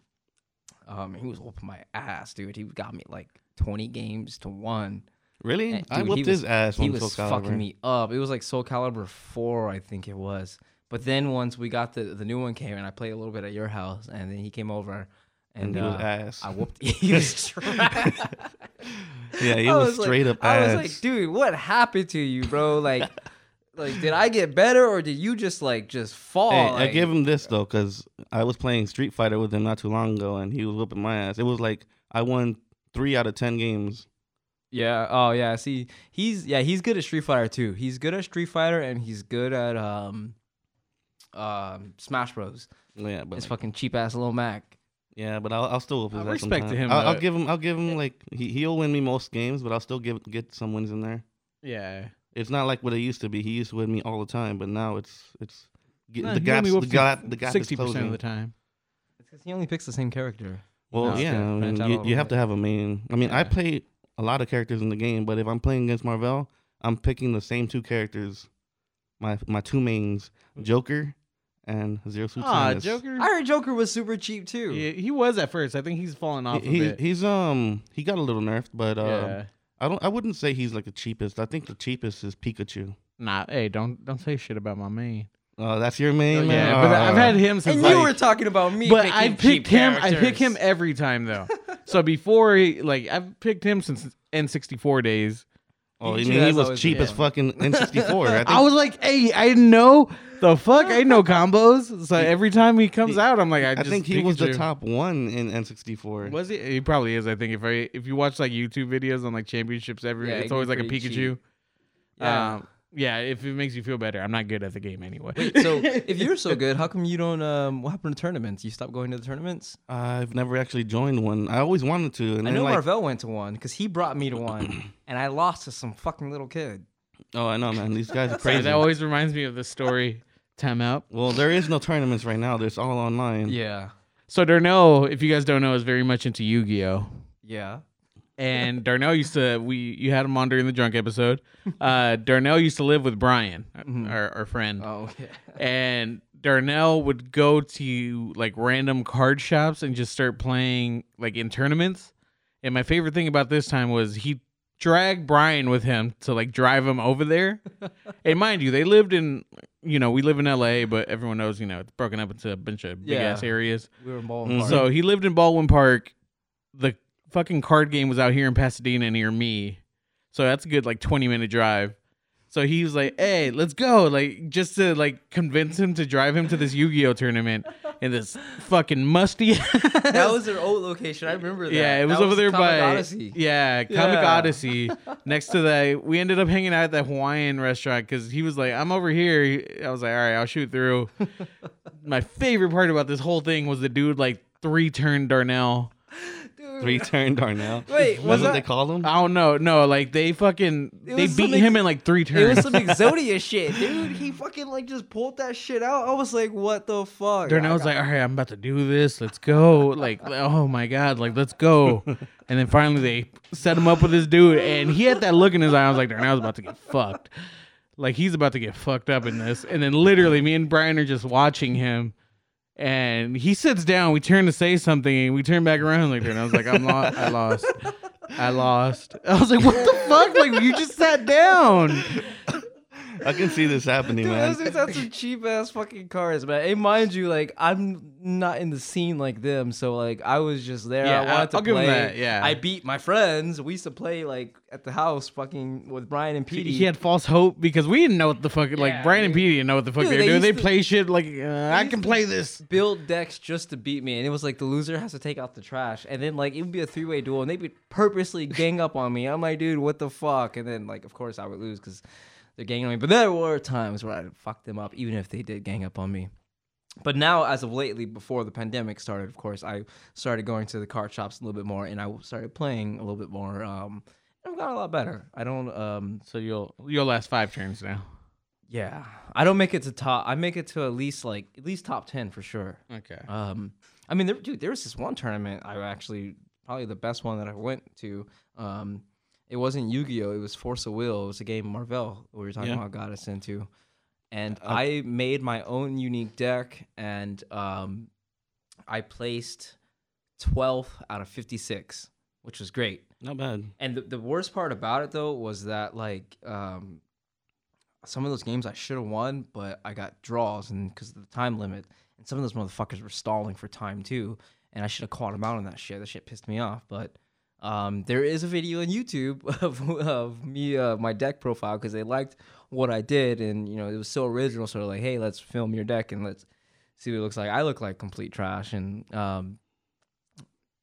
S1: Um, he was whooping my ass, dude. He got me like twenty games to one.
S3: Really?
S1: And,
S3: I
S1: eh, dude, he
S3: whooped
S1: was-
S3: his ass
S1: He
S3: on
S1: was
S3: Soul Calibur.
S1: fucking me up. It was like Soul Calibur four, I think it was. But then once we got the the new one came, and I played a little bit at your house, and then he came over, and,
S3: and he was
S1: uh,
S3: ass.
S1: I whooped. He was trash.
S3: yeah, he
S1: I
S3: was,
S1: like-
S3: straight up
S1: I
S3: ass.
S1: was like, dude, what happened to you, bro? Like, Like, did I get better or did you just like just fall?
S3: Hey, I
S1: Like,
S3: give him this though, because I was playing Street Fighter with him not too long ago, and he was whooping my ass. It was like I won three out of ten games.
S1: Yeah. Oh, yeah. See, he's yeah, he's good at Street Fighter too. He's good at Street Fighter and he's good at um, um, Smash Bros.
S3: Yeah, but
S1: It's
S3: like-
S1: fucking cheap ass little Mac.
S3: yeah, but I'll, I'll still whoop his
S2: I
S3: ass.
S2: respect
S3: sometime.
S2: him,
S3: I'll, I'll
S2: but-
S3: give him. I'll give him like he he'll win me most games, but I'll still give get some wins in there.
S2: Yeah.
S3: It's not like what it used to be. He used to win me all the time, but now it's it's get-
S2: Nah,
S3: the
S2: he only
S3: gaps the
S2: whooped you
S3: gap the gap is
S2: 60%
S3: closing.
S2: of the time.
S1: It's 'cause he only picks the same character.
S3: Well,
S1: No,
S3: yeah,
S1: yeah,
S3: I mean,
S1: branch out a
S3: you,
S1: little
S3: you have
S1: bit.
S3: to have a main. I mean, I
S2: Yeah.
S3: play a lot of characters in the game, but if I'm playing against Marvel, I'm picking the same two characters, my my two mains, Joker and Zero Suit
S2: Ah,
S3: Samus.
S2: Joker.
S1: I heard Joker was super cheap too.
S2: Yeah, he was at first. I think he's fallen off
S3: He,
S2: a
S3: he-
S2: bit.
S3: he's um he got a little nerfed, but uh,
S2: yeah.
S3: I don't I wouldn't say he's like the cheapest. I think the cheapest is Pikachu.
S2: Nah, hey, don't don't say shit about my main.
S3: Uh, that's your main.
S1: Oh,
S3: man?
S2: Yeah, but I've
S3: Uh,
S2: had him since
S1: And
S2: like,
S1: you were talking about me.
S2: but
S1: picking
S2: I
S1: cheap
S2: picked him. I pick
S1: characters.
S2: him every time though. so before he like I've picked him since N64 days.
S3: Oh, I
S1: Pikachu
S3: mean,
S1: has
S3: he was
S1: always
S3: cheap
S1: been
S3: as
S1: fun.
S3: fucking N64. I think
S2: I was like, hey, I didn't know the fuck. I didn't know combos. So every time he comes
S3: he-
S2: out, I'm like, I,
S3: I
S2: just
S3: think he was the
S2: Pikachu.
S3: top one in N64.
S2: Was he? He probably is. I think if I if you watch like YouTube videos on like championships, every
S1: Yeah, it
S2: it's
S1: can be
S2: always like a
S1: pretty
S2: Pikachu.
S1: cheap.
S2: Yeah.
S1: Yeah.
S2: Um, yeah, if it makes you feel better, I'm not good at the game anyway.
S1: Wait, so if you're so good, how come you don't? Um, what happened to tournaments? You stopped going to the tournaments?
S3: I've never actually joined one. I always wanted to, and
S1: I
S3: then
S1: know
S3: like
S1: Marvell went to one because he brought me to one, and I lost to some fucking little kid.
S3: Oh, I know, man. These guys are
S2: Sorry,
S3: crazy.
S2: that always reminds me of the story. Time out.
S3: well, there is no tournaments right now. There's all online.
S1: Yeah,
S2: So Darnell, if you guys don't know, is very much into Yu-Gi-Oh.
S1: yeah.
S2: And Darnell used to we you had him on during the drunk episode. Uh, Darnell used to live with Brian,
S1: Mm-hmm.
S2: our, our friend.
S1: Oh yeah.
S2: and Darnell would go to like random card shops and just start playing like in tournaments. And my favorite thing about this time was he dragged Brian with him to like drive him over there. and mind you, they lived in you know, we live in LA, but everyone knows, you know, it's broken up into a bunch of big ass
S1: Yeah.
S2: areas.
S1: We were in bowling.
S3: Mm.
S1: Park.
S2: So he lived in Baldwin Park. The fucking card game was out here in Pasadena near me. So that's a good like 20 minute drive. So he was like, "Hey, let's go!" Like just to like convince him to drive him to this Yu-Gi-Oh tournament in this fucking musty.
S1: that was their old location. I remember that.
S2: yeah,
S1: That
S2: it was over there
S1: Comic
S2: by
S1: Odyssey.
S2: yeah Comic
S1: Yeah.
S2: Odyssey next to the. We ended up hanging out at that Hawaiian restaurant because he was like, "I'm over here." He- I was like, "All right, I'll shoot through." My favorite part about this whole thing was the dude like three turned Darnell.
S1: Dude,
S3: Three turn Darnell.
S1: Wait,
S3: That's
S1: was
S3: what
S1: that-
S3: they call them?
S2: I don't know. No, like they fucking
S1: It
S2: they
S1: was
S2: beat
S1: something-
S2: him in like three
S1: It
S2: turns.
S1: was some Exodia shit, dude. He fucking like just pulled that shit out. I was like, what the fuck?
S2: Darnell was like, "All right, I'm about to do this. Let's go!" Like, oh my god, like let's go. And then finally they set him up with this dude, and he had that look in his eye. I was like, Darnell's about to get fucked. Like he's about to get fucked up in this. And then literally, me and Brian are just watching him. And he sits down. We turn to say something, and we turn back around. Like, Darnell's like, "I'm lost. I lost. I lost." I was like, "What the fuck? Like, you just sat down."
S3: I can see this happening,
S1: Dude,
S3: man.
S1: those dudes had some cheap ass fucking cars, man. And mind you, like I'm not in the scene like them, so like I was just there.
S2: Yeah,
S1: I wanted to
S2: I'll
S1: play.
S2: give him that, yeah.
S1: I beat my friends. We used to play like at the house, fucking with Brian and Petey.
S2: He had false hope because we didn't know what the fuck. like
S1: Yeah,
S2: Brian and
S1: dude.
S2: Petey didn't know what the fuck
S1: Dude,
S2: they were
S1: they
S2: doing. They
S1: used to-
S2: play shit like uh, I
S1: used
S2: can
S1: to-
S2: play this.
S1: build decks just to beat me, and it was like the loser has to take out the trash, and then like it would be a three way duel, and they would purposely gang up on me. I'm like, dude, what the fuck? And then like, of course, I would lose because they're ganging on me. But there were times where I fucked them up, even if they did gang up on me. But now, as of lately, before the pandemic started, of course, I started going to the card shops a little bit more, and I started playing a little bit more. Um, I've gotten a lot better. I don't um,
S2: So you'll you'll last five turns now.
S1: yeah, I don't make it to top. I make it to at least like at least top ten for sure.
S2: Okay.
S1: Um, I mean, there, dude, there was this one tournament I actually probably the best one that I went to. Um, it wasn't Yu Gi Oh, it was Force of Will. It was a game Marvel we were talking
S3: Yeah.
S1: about got us into, and I made my own unique deck, and um, I placed twelfth out of fifty six, which was great.
S3: Not bad.
S1: And the, the worst part about it though was that like um, some of those games I should have won, but I got draws and because of the time limit. And some of those motherfuckers were stalling for time too, and I should have called them out on that shit. That shit pissed me off, but Um, there is a video on YouTube of, of me, uh, my deck profile, because they liked what I did, and you know it was so original. So they're like, "Hey, let's film your deck and let's see what it looks like." I look like complete trash, and um,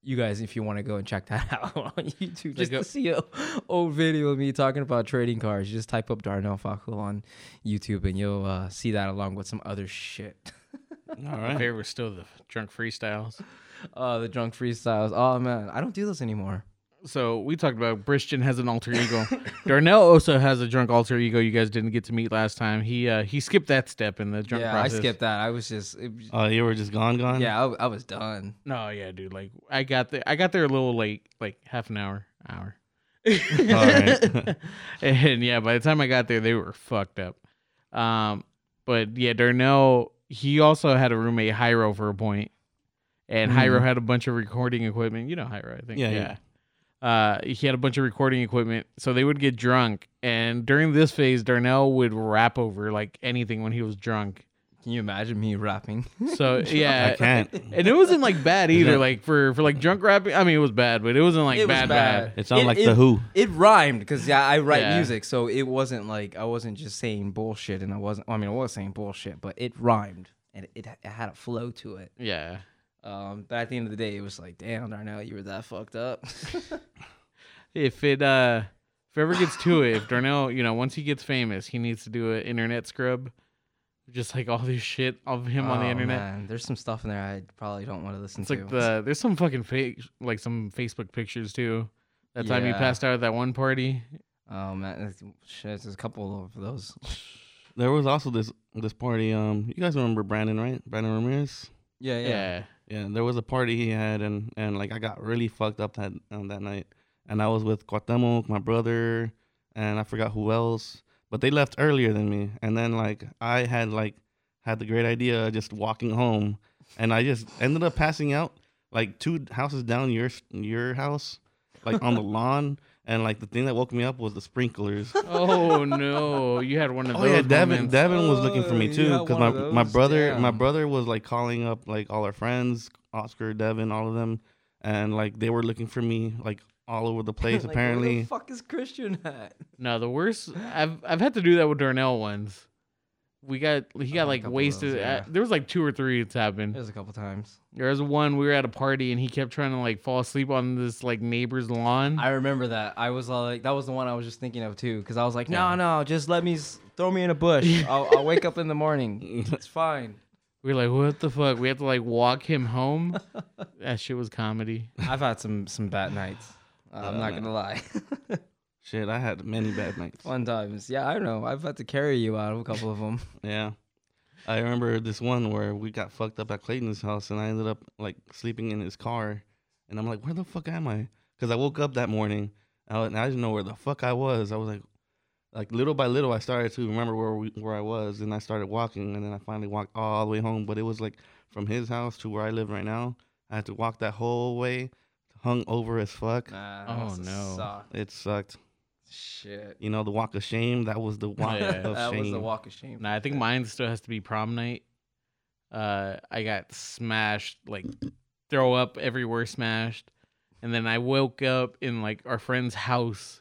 S1: you guys, if you want to go and check that out on YouTube, just
S2: Like
S1: to
S2: a-
S1: see a old video of me talking about trading cards, you just type up Darnell Fakul on YouTube, and you'll uh, see that along with some other shit.
S3: All
S2: My
S3: right.
S2: favorite was still the drunk freestyles.
S1: Uh, the drunk freestyles. Oh man, I don't do those anymore.
S2: So we talked about Bristian has an alter ego. Darnell also has a drunk alter ego. You guys didn't get to meet last time. He uh, he skipped that step in the drunk
S1: yeah,
S2: process.
S1: I skipped that. I was just, it-
S3: Oh, you were just gone, gone.
S1: yeah, I, I was done.
S2: No, yeah, dude. Like I got there, I got there a little late, like half an hour, hour.
S3: right.
S2: and yeah, by the time I got there, they were fucked up. Um, but yeah, Darnell, he also had a roommate, Hyro, for a point, and
S1: Mhm.
S2: Hyro had a bunch of recording equipment. You know Hyro, I think.
S3: Mm-hmm. Yeah, yeah.
S2: Uh, he had a bunch of recording equipment, so they would get drunk. And during this phase, Darnell would rap over like anything when he was drunk.
S1: Can you imagine me rapping?
S2: So yeah,
S3: I can't.
S2: and it wasn't like bad either.
S3: that-
S2: Like for for like drunk rapping, I mean, it was bad, but it wasn't like
S1: It was
S2: bad, bad
S1: bad.
S3: It sounded
S1: It-
S3: like
S1: it-
S3: the Who.
S1: It rhymed because yeah, I write
S2: Yeah.
S1: music, so it wasn't like I wasn't just saying bullshit, and I wasn't. I mean, I was saying bullshit, but it rhymed and it, it had a flow to it.
S2: Yeah.
S1: Um, but at the end of the day, it was like, damn, Darnell, you were that fucked up.
S2: If it uh if it ever gets to it, if Darnell, you know, once he gets famous, he needs to do an internet scrub. Just like all this shit of him on the
S1: Oh,
S2: internet.
S1: man, there's some stuff in there I probably don't want to listen
S2: It's
S1: to.
S2: like the there's some fucking fake like some Facebook pictures too. That time he
S1: Yeah.
S2: passed out at that one party.
S1: oh man, it's- shit, there's a couple of those.
S3: There was also this this party. Um, you guys remember Brandon, right? Brandon Ramirez.
S1: Yeah,
S2: Yeah.
S1: yeah.
S3: Yeah, there was a party he had, and and like I got really fucked up that um, that night, and I was with Cuauhtemoc, my brother, and I forgot who else, but they left earlier than me, and then like I had like had the great idea of just walking home, and I just ended up passing out like two houses down your your house, like on the lawn, and like the thing that woke me up was the sprinklers.
S2: Oh no. You had one of
S3: Oh
S2: those.
S3: yeah, Devin.
S2: moments.
S3: Devin was looking for
S1: Oh,
S3: me
S1: you
S3: too
S1: got
S3: because
S1: one
S3: my,
S1: of
S3: my
S1: those?
S3: brother my
S1: Damn.
S3: brother was like calling up like all our friends, Oscar, Devin, all of them, and like they were looking for me like all over the place.
S1: Like, where
S3: apparently,
S1: the fuck is Christian at?
S2: No, the worst. I've I've had to do that with Darnell once. We got he
S1: had
S2: got
S1: a
S2: like
S1: couple of those,
S2: wasted.
S1: yeah.
S2: uh, there was like two or three that's happened.
S1: There's a couple times.
S2: There was one we were at a party and he kept trying to like fall asleep on this like neighbor's lawn.
S1: I remember that. I was all like, that was the one I was just thinking of too, because I was like, no,
S2: Yeah.
S1: no, just let me s- throw me in a bush. I'll, I'll wake up in the morning. It's fine.
S2: we were like, what the fuck? We have to like walk him home. that shit was comedy.
S1: I've had some some bad nights. I'm
S3: Oh,
S2: Uh,
S1: not
S3: man.
S1: gonna lie.
S3: shit, I had many bad nights.
S1: Fun times. Yeah, I know. I've had to carry you out of a couple of them.
S3: Yeah, I remember this one where we got fucked up at Clayton's house, and I ended up like sleeping in his car, and I'm like, where the fuck am I? Because I woke up that morning, I wa- and I didn't know where the fuck I was. I was like. Like little by little, I started to remember where we, where I was, and I started walking, and then I finally walked all the way home. But it was like from his house to where I live right now, I had to walk that whole way, hung over as fuck.
S1: Nah,
S2: Oh,
S1: must've
S2: no.
S1: sucked.
S3: It sucked.
S1: Shit.
S3: You know the walk of shame. That was the walk
S2: yeah.
S3: of
S1: Oh, that
S3: shame.
S1: was the walk of shame.
S2: Nah, I think mine still has to be prom night. Uh, I got smashed, like throw up everywhere, smashed, and then I woke up in like our friend's house.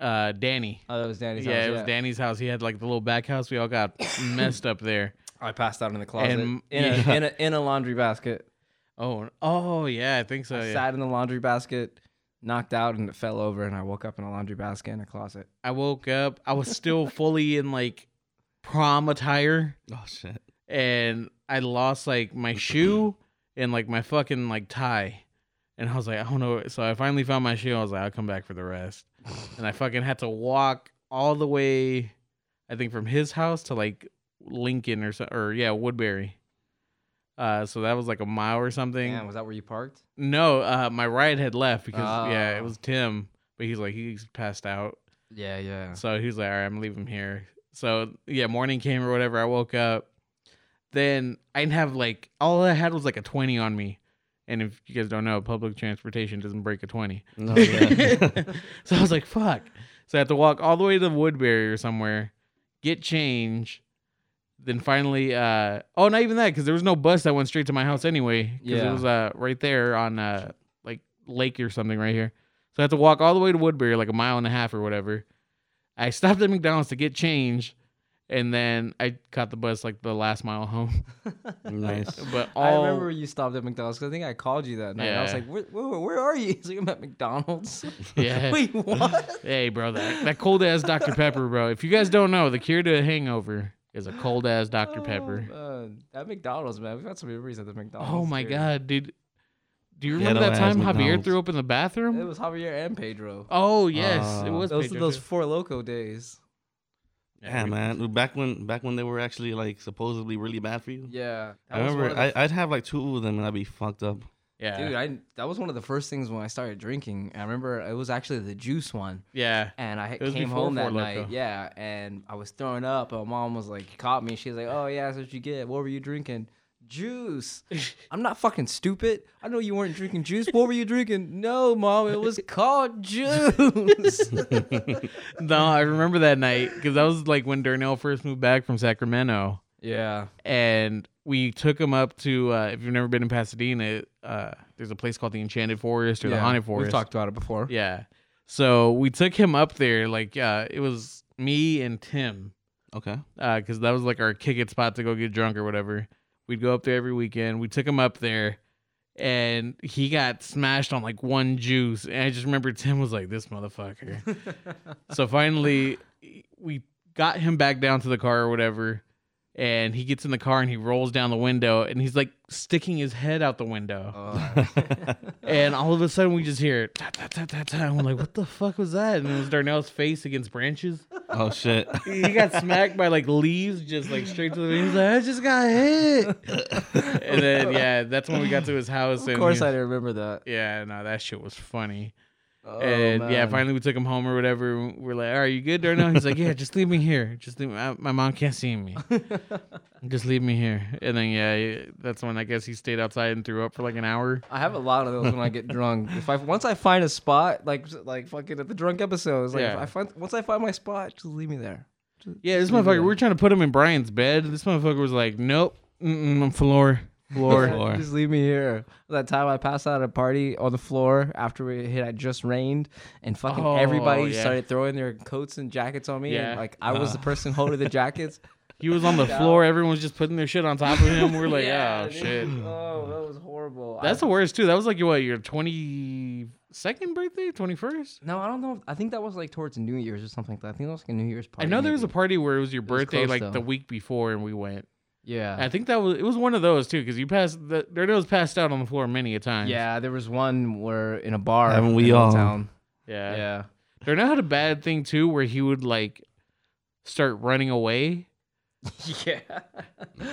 S2: Uh, Danny.
S1: Oh, that was Danny's
S2: yeah,
S1: house.
S2: it was Danny's house. He had like the little back house. We all got messed up there.
S1: I passed out in the closet
S2: And-
S1: in,
S2: yeah.
S1: a, in, a, in a laundry basket.
S2: Oh, oh yeah, I think so.
S1: I
S2: yeah.
S1: sat in the laundry basket, knocked out, and it fell over, and I woke up in a laundry basket in a closet.
S2: I woke up. I was still fully in like prom attire,
S3: oh shit.
S2: and I lost like my shoe and like my fucking like tie. And I was like, I don't know. So I finally found my shoe. I was like, I'll come back for the rest. And I fucking had to walk all the way, I think, from his house to like Lincoln or so, or yeah, Woodbury. Uh, so that was like a mile or something.
S1: Damn, was that where you parked?
S2: No, uh, my ride had left because yeah, it
S1: Oh.
S2: was Tim, but he's like he's passed out.
S1: Yeah, yeah.
S2: So he's like, all right, I'm leaving him here. So yeah, morning came or whatever. I woke up. Then I didn't have like all I had was like a twenty on me. And if you guys don't know, public transportation doesn't break a twenty.
S3: No, Oh, yeah.
S2: Oh, so I was like, fuck. So I had to walk all the way to Woodbury or somewhere, get change. Then finally, uh, oh, not even that, because there was no bus that went straight to my house anyway. Because it
S1: Yeah.
S2: was uh, right there on uh, like Lake or something right here. So I had to walk all the way to Woodbury, like a mile and a half or whatever. I stopped at McDonald's to get change, and then I caught the bus like the last mile home.
S3: Nice.
S2: But
S1: I
S2: all
S1: remember you stopped at McDonald's 'cause I think I called you that night. I was
S2: Yeah.
S1: like, where, where, where are you? He's like, I'm at McDonald's.
S2: yeah.
S1: Wait, what?
S2: Hey, bro, that, that cold ass Dr. Pepper, bro. If you guys don't know, the cure to a hangover is a cold ass Dr. Pepper.
S1: Oh, uh, at McDonald's, man. We've had some memories at the McDonald's.
S2: Oh my
S1: dude.
S2: god, dude. Do you remember that
S3: Ghetto-ass
S2: time Javier
S3: McDonald's.
S2: threw up in the bathroom?
S1: It was Javier and Pedro.
S2: oh yes, it
S3: Uh,
S2: was
S1: Those
S2: Pedro,
S1: those
S2: too.
S1: four loco days.
S3: Yeah, man. Back when back when they were actually like supposedly really bad for you.
S1: Yeah.
S3: I remember I, I'd have like two of them and I'd be fucked up.
S2: Yeah,
S1: Dude, I that was one of the first things when I started drinking. I remember it was actually the juice one,
S2: yeah.
S1: and I
S2: was
S1: came
S2: before
S1: home that
S2: Four Loko.
S1: night. Yeah, and I was throwing up. and My mom was like, caught me. She was like, "Oh yeah, that's what you get. What were you drinking? Juice. I'm not fucking stupid. I know you weren't drinking juice. What were you drinking? No, mom, it was called juice.
S2: No, I remember that night because that was like when Darnell first moved back from Sacramento,
S1: yeah.
S2: and we took him up to. Uh, if you've never been in Pasadena, uh, there's a place called the Enchanted Forest or the
S1: yeah.
S2: Haunted Forest.
S1: We've talked about it before.
S2: Yeah. So we took him up there. Like uh, it was me and Tim,
S3: Okay.
S2: because uh, that was like our kick it spot to go get drunk or whatever. We'd go up there every weekend. We took him up there, and he got smashed on like one juice. And I just remember Tim was like, "This motherfucker." so finally, we got him back down to the car or whatever. And he gets in the car and he rolls down the window and he's like sticking his head out the window.
S1: Oh.
S2: And all of a sudden, we just hear ta ta ta ta ta. I'm like, what the fuck was that? And it was Darnell's face against branches.
S3: Oh shit.
S2: He got smacked by like leaves, just like straight to the. He was like, I just got hit. and then yeah, that's when we got to his house.
S1: of
S2: and
S1: course,
S2: he-
S1: I didn't remember that.
S2: Yeah, no, that shit was funny.
S1: Oh,
S2: and yeah,
S1: man.
S2: finally we took him home or whatever. We're like, are you good, Darnell? He's like, yeah, just leave me here. Just leave me. I, my mom can't see me. just leave me here. And then yeah, that's when I guess he stayed outside and threw up for like an hour.
S1: I have a lot of those when I get drunk. If I once I find a spot, like like fucking at the drunk episodes, like if
S2: Yeah.
S1: I find once I find my spot, just leave me there.
S2: Yeah, this motherfucker. We were trying to put him in Brian's bed. This motherfucker was like, "Nope, mm-mm, I'm floor, floor."
S3: Floor.
S1: Just leave me here. That time I passed out at a party on the floor after it hit, I just rained, and fucking
S2: Oh,
S1: everybody
S2: yeah.
S1: started throwing their coats and jackets on me.
S2: Yeah. Uh.
S1: And, like I was the person holding the jackets.
S2: he was on the floor. Everyone was just putting their shit on top of him. We are like, "Oh shit."
S1: Oh, that was horrible.
S2: That's
S1: I,
S2: the worst too. That was like your what, your twenty second birthday, twenty first.
S1: no, I don't know. I think that was like towards New Year's or something like that. I think that was like a New Year's
S2: I
S1: party.
S2: know there was a
S1: maybe.
S2: party where it was your
S1: was
S2: birthday,
S1: close,
S2: like
S1: though. Uh.
S2: the week before, and we went.
S1: yeah.
S2: I think that was it was one of those too, because you passed the Darnell's passed out on the floor many a time.
S1: Yeah, there was one where in a bar.
S3: Haven't we
S1: in
S3: all?
S1: Town.
S2: yeah,
S1: Yeah.
S2: Darnell had a bad thing too, where he would like start running away.
S1: Yeah.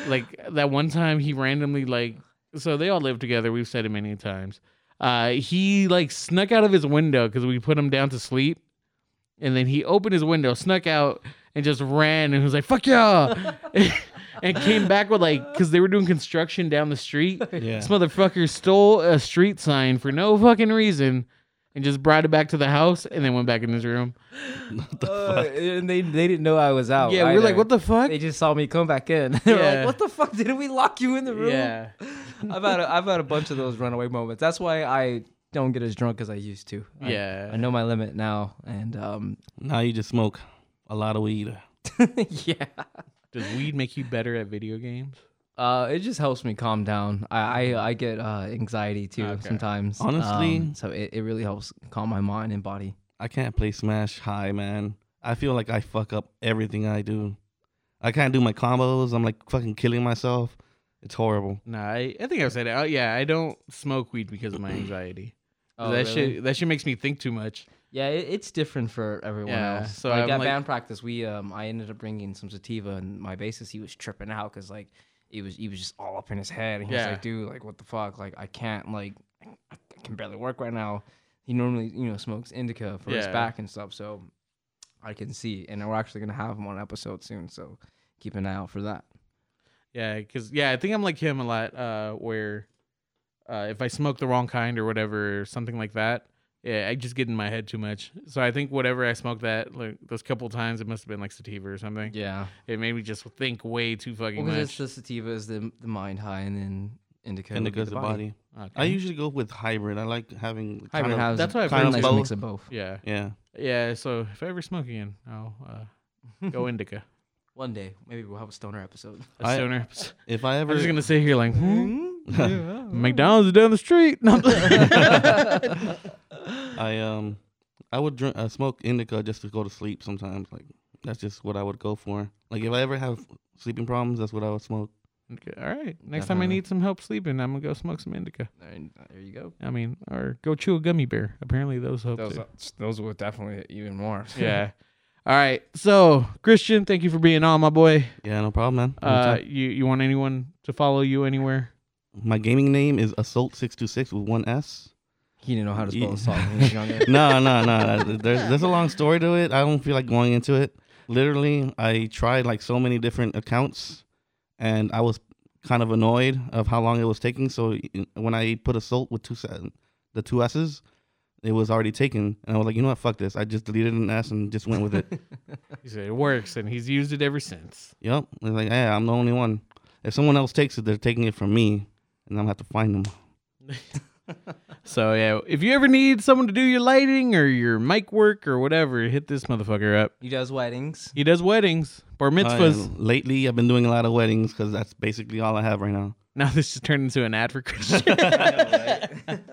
S2: like that one time he randomly like so they all live together we've said it many times uh he like snuck out of his window because we put him down to sleep and then he opened his window snuck out and just ran and was like fuck y'all and came back with like because they were doing construction down the street
S3: Yeah.
S2: this motherfucker stole a street sign for no fucking reason and just brought it back to the house and then went back in his room
S1: Uh, and they they didn't know Oh, I was out.
S2: yeah we were like
S1: either.
S2: what the fuck
S1: They just saw me come back in. they were
S2: Yeah.
S1: like, "What the fuck? Didn't we lock you in the room?"
S2: yeah
S1: I've had a, I've had a bunch of those runaway moments. That's why I don't get as drunk as I used to. I-
S2: yeah
S1: I know my limit now, and um,
S3: Now you just smoke a lot of weed.
S1: yeah.
S2: does weed make you better at video games
S1: Uh, it just helps me calm down. I I, I get uh, anxiety too sometimes.
S3: Honestly-
S1: Um, so it, it really helps calm my mind and body.
S3: I can't play Smash high, man. I feel like I fuck up everything I do. I can't do my combos. I'm like fucking killing myself. It's horrible.
S2: No, I, I think I've said it. Oh, yeah, I don't smoke weed because of my anxiety.
S1: Oh,
S2: that
S1: really?
S2: shit that shit makes me think too much.
S1: Yeah, it, it's different for everyone
S2: Yeah,
S1: else. So
S2: so
S1: like
S2: I'm
S1: at
S2: like-
S1: band practice, we um, I ended up bringing some sativa, and my bassist he was tripping out because like he was he was just all up in his head, and he was
S2: Yeah.
S1: like, "Dude, like what the fuck? Like I can't like I I can barely work right now." He normally you know smokes indica for his
S2: Yeah.
S1: back and stuff, so I can see, and we're actually gonna have him on an episode soon, so keep an eye out for that.
S2: Yeah, because yeah, I think I'm like him a lot. Uh, where uh, if I smoke the wrong kind or whatever, or something like that, yeah, I just get in my head too much. So I think whatever I smoked that like those couple times, it must have been like sativa or something.
S1: Yeah,
S2: It made me just think way too fucking
S1: because it's the
S2: much.
S1: sativa is the the mind high, and then Indica. would be
S3: Indica's
S1: the
S3: the body. I usually go with hybrid. I like having kind
S1: Hybrid
S3: of-
S1: has
S2: that's what I've
S1: kind of
S3: heard.
S1: nice
S3: Both.
S1: mix of both.
S2: yeah,
S3: Yeah,
S2: yeah. So if I ever smoke again, I'll uh, go indica.
S1: One day, maybe we'll have a stoner episode.
S2: A
S3: I-
S2: stoner episode.
S3: if I ever
S2: I'm just gonna sit here like hmm?
S1: Yeah.
S2: McDonald's is down the street. No, I'm
S3: I um I would drink uh, smoke indica just to go to sleep sometimes. Like that's just what I would go for. Like if I ever have sleeping problems, that's what I would smoke.
S2: Okay, All right. Next time I
S1: Definitely.
S2: need some help sleeping, I'm gonna go smoke some indica.
S1: And uh, there you go.
S2: I mean, or go chew a gummy bear. Apparently, those help
S1: Those,
S2: too.
S1: those were definitely even more.
S2: yeah. All right. So Christian, thank you for being on, my boy.
S3: Yeah, no problem, man.
S2: Uh,
S3: Anytime.
S2: you you want anyone to follow you anywhere?
S3: My gaming name is Assault Six Two Six with one S.
S1: He didn't know how to spell
S3: Yeah.
S1: assault when he was younger.
S3: No, no, no. There's there's a long story to it. I don't feel like going into it. Literally, I tried like so many different accounts, and I was kind of annoyed of how long it was taking. So y- when I put assault with two se- the two S's, it was already taken, and I was like, you know what, fuck this. I just deleted an S and just went with it.
S2: He said it works, and he's used it ever since.
S3: Yep. It's like, yeah, I'm the only one. If someone else takes it, they're taking it from me, and I'm gonna have to find them.
S2: So yeah, if you ever need someone to do your lighting or your mic work or whatever, hit this motherfucker up.
S1: He does weddings.
S2: He does weddings, bar mitzvahs.
S3: Uh, lately, I've been doing a lot of weddings because that's basically all I have right now.
S2: Now this just turned into an ad for Christian. uh,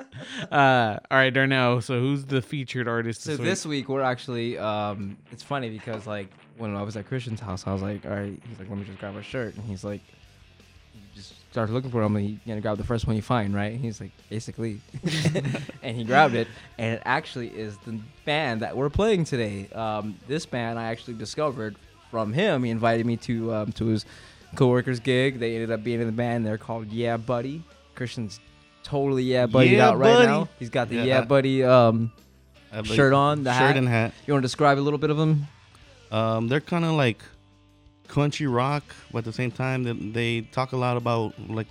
S2: all right, Darnell. So who's the featured artist?
S1: So this week we're actually um it's funny because like when I was at Christian's house, I was like, all right, he's like, let me just grab a shirt and he's like he just started looking for them and he gonna grab the first one you find, right? And he's like, basically. and he grabbed it and it actually is the band that we're playing today. Um this band I actually discovered from him. He invited me to um to his coworker's gig. They ended up being in the band. They're called Yeah Buddy. Christian's totally yeah buddy
S3: Yeah,
S1: out right
S3: buddy.
S1: now. He's got the
S3: Yeah,
S1: yeah,
S3: I-
S1: buddy um
S3: I have,
S1: Shirt on, the
S3: shirt
S1: hat.
S3: and hat.
S1: you want to describe a little bit of them?
S3: Um, they're kind of like country rock, but at the same time, they, they talk a lot about like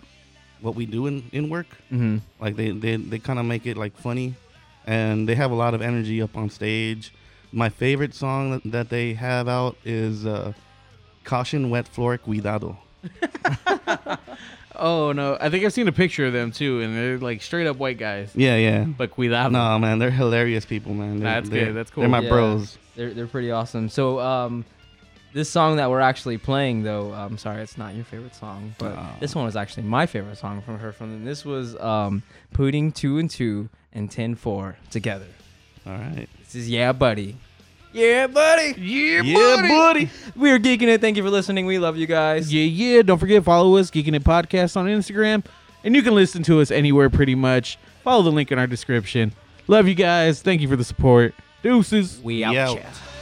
S3: what we do in, in work.
S1: Mm-hmm.
S3: Like they they, they kind of make it like funny, and they have a lot of energy up on stage. My favorite song that, that they have out is uh, "Caution Wet Floor Cuidado."
S2: Oh no, I think I've seen a picture of them too, and they're like straight up white guys.
S3: Yeah, yeah.
S2: But cuidado.
S3: No, man, they're hilarious people, man. They're-
S2: That's
S3: they're-
S2: good. That's
S3: They're my
S1: cool. Yeah.
S3: bros.
S1: They're they're pretty awesome. So um, this song that we're actually playing though, I'm sorry, it's not your favorite song, but
S3: Oh.
S1: this one was actually my favorite song from her. From this was um, putting two and two and ten four together.
S3: All right.
S1: This is yeah, buddy. Yeah, buddy.
S2: Yeah,
S3: buddy.
S1: We are geeking it. Thank you for listening. We love you guys.
S2: Yeah, yeah. Don't forget follow us, Geeking It Podcast on Instagram, and you can listen to us anywhere pretty much. Follow the link in our description. Love you guys. Thank you for the support. Deuces.
S1: We
S3: We
S1: out.
S3: out.
S1: ya.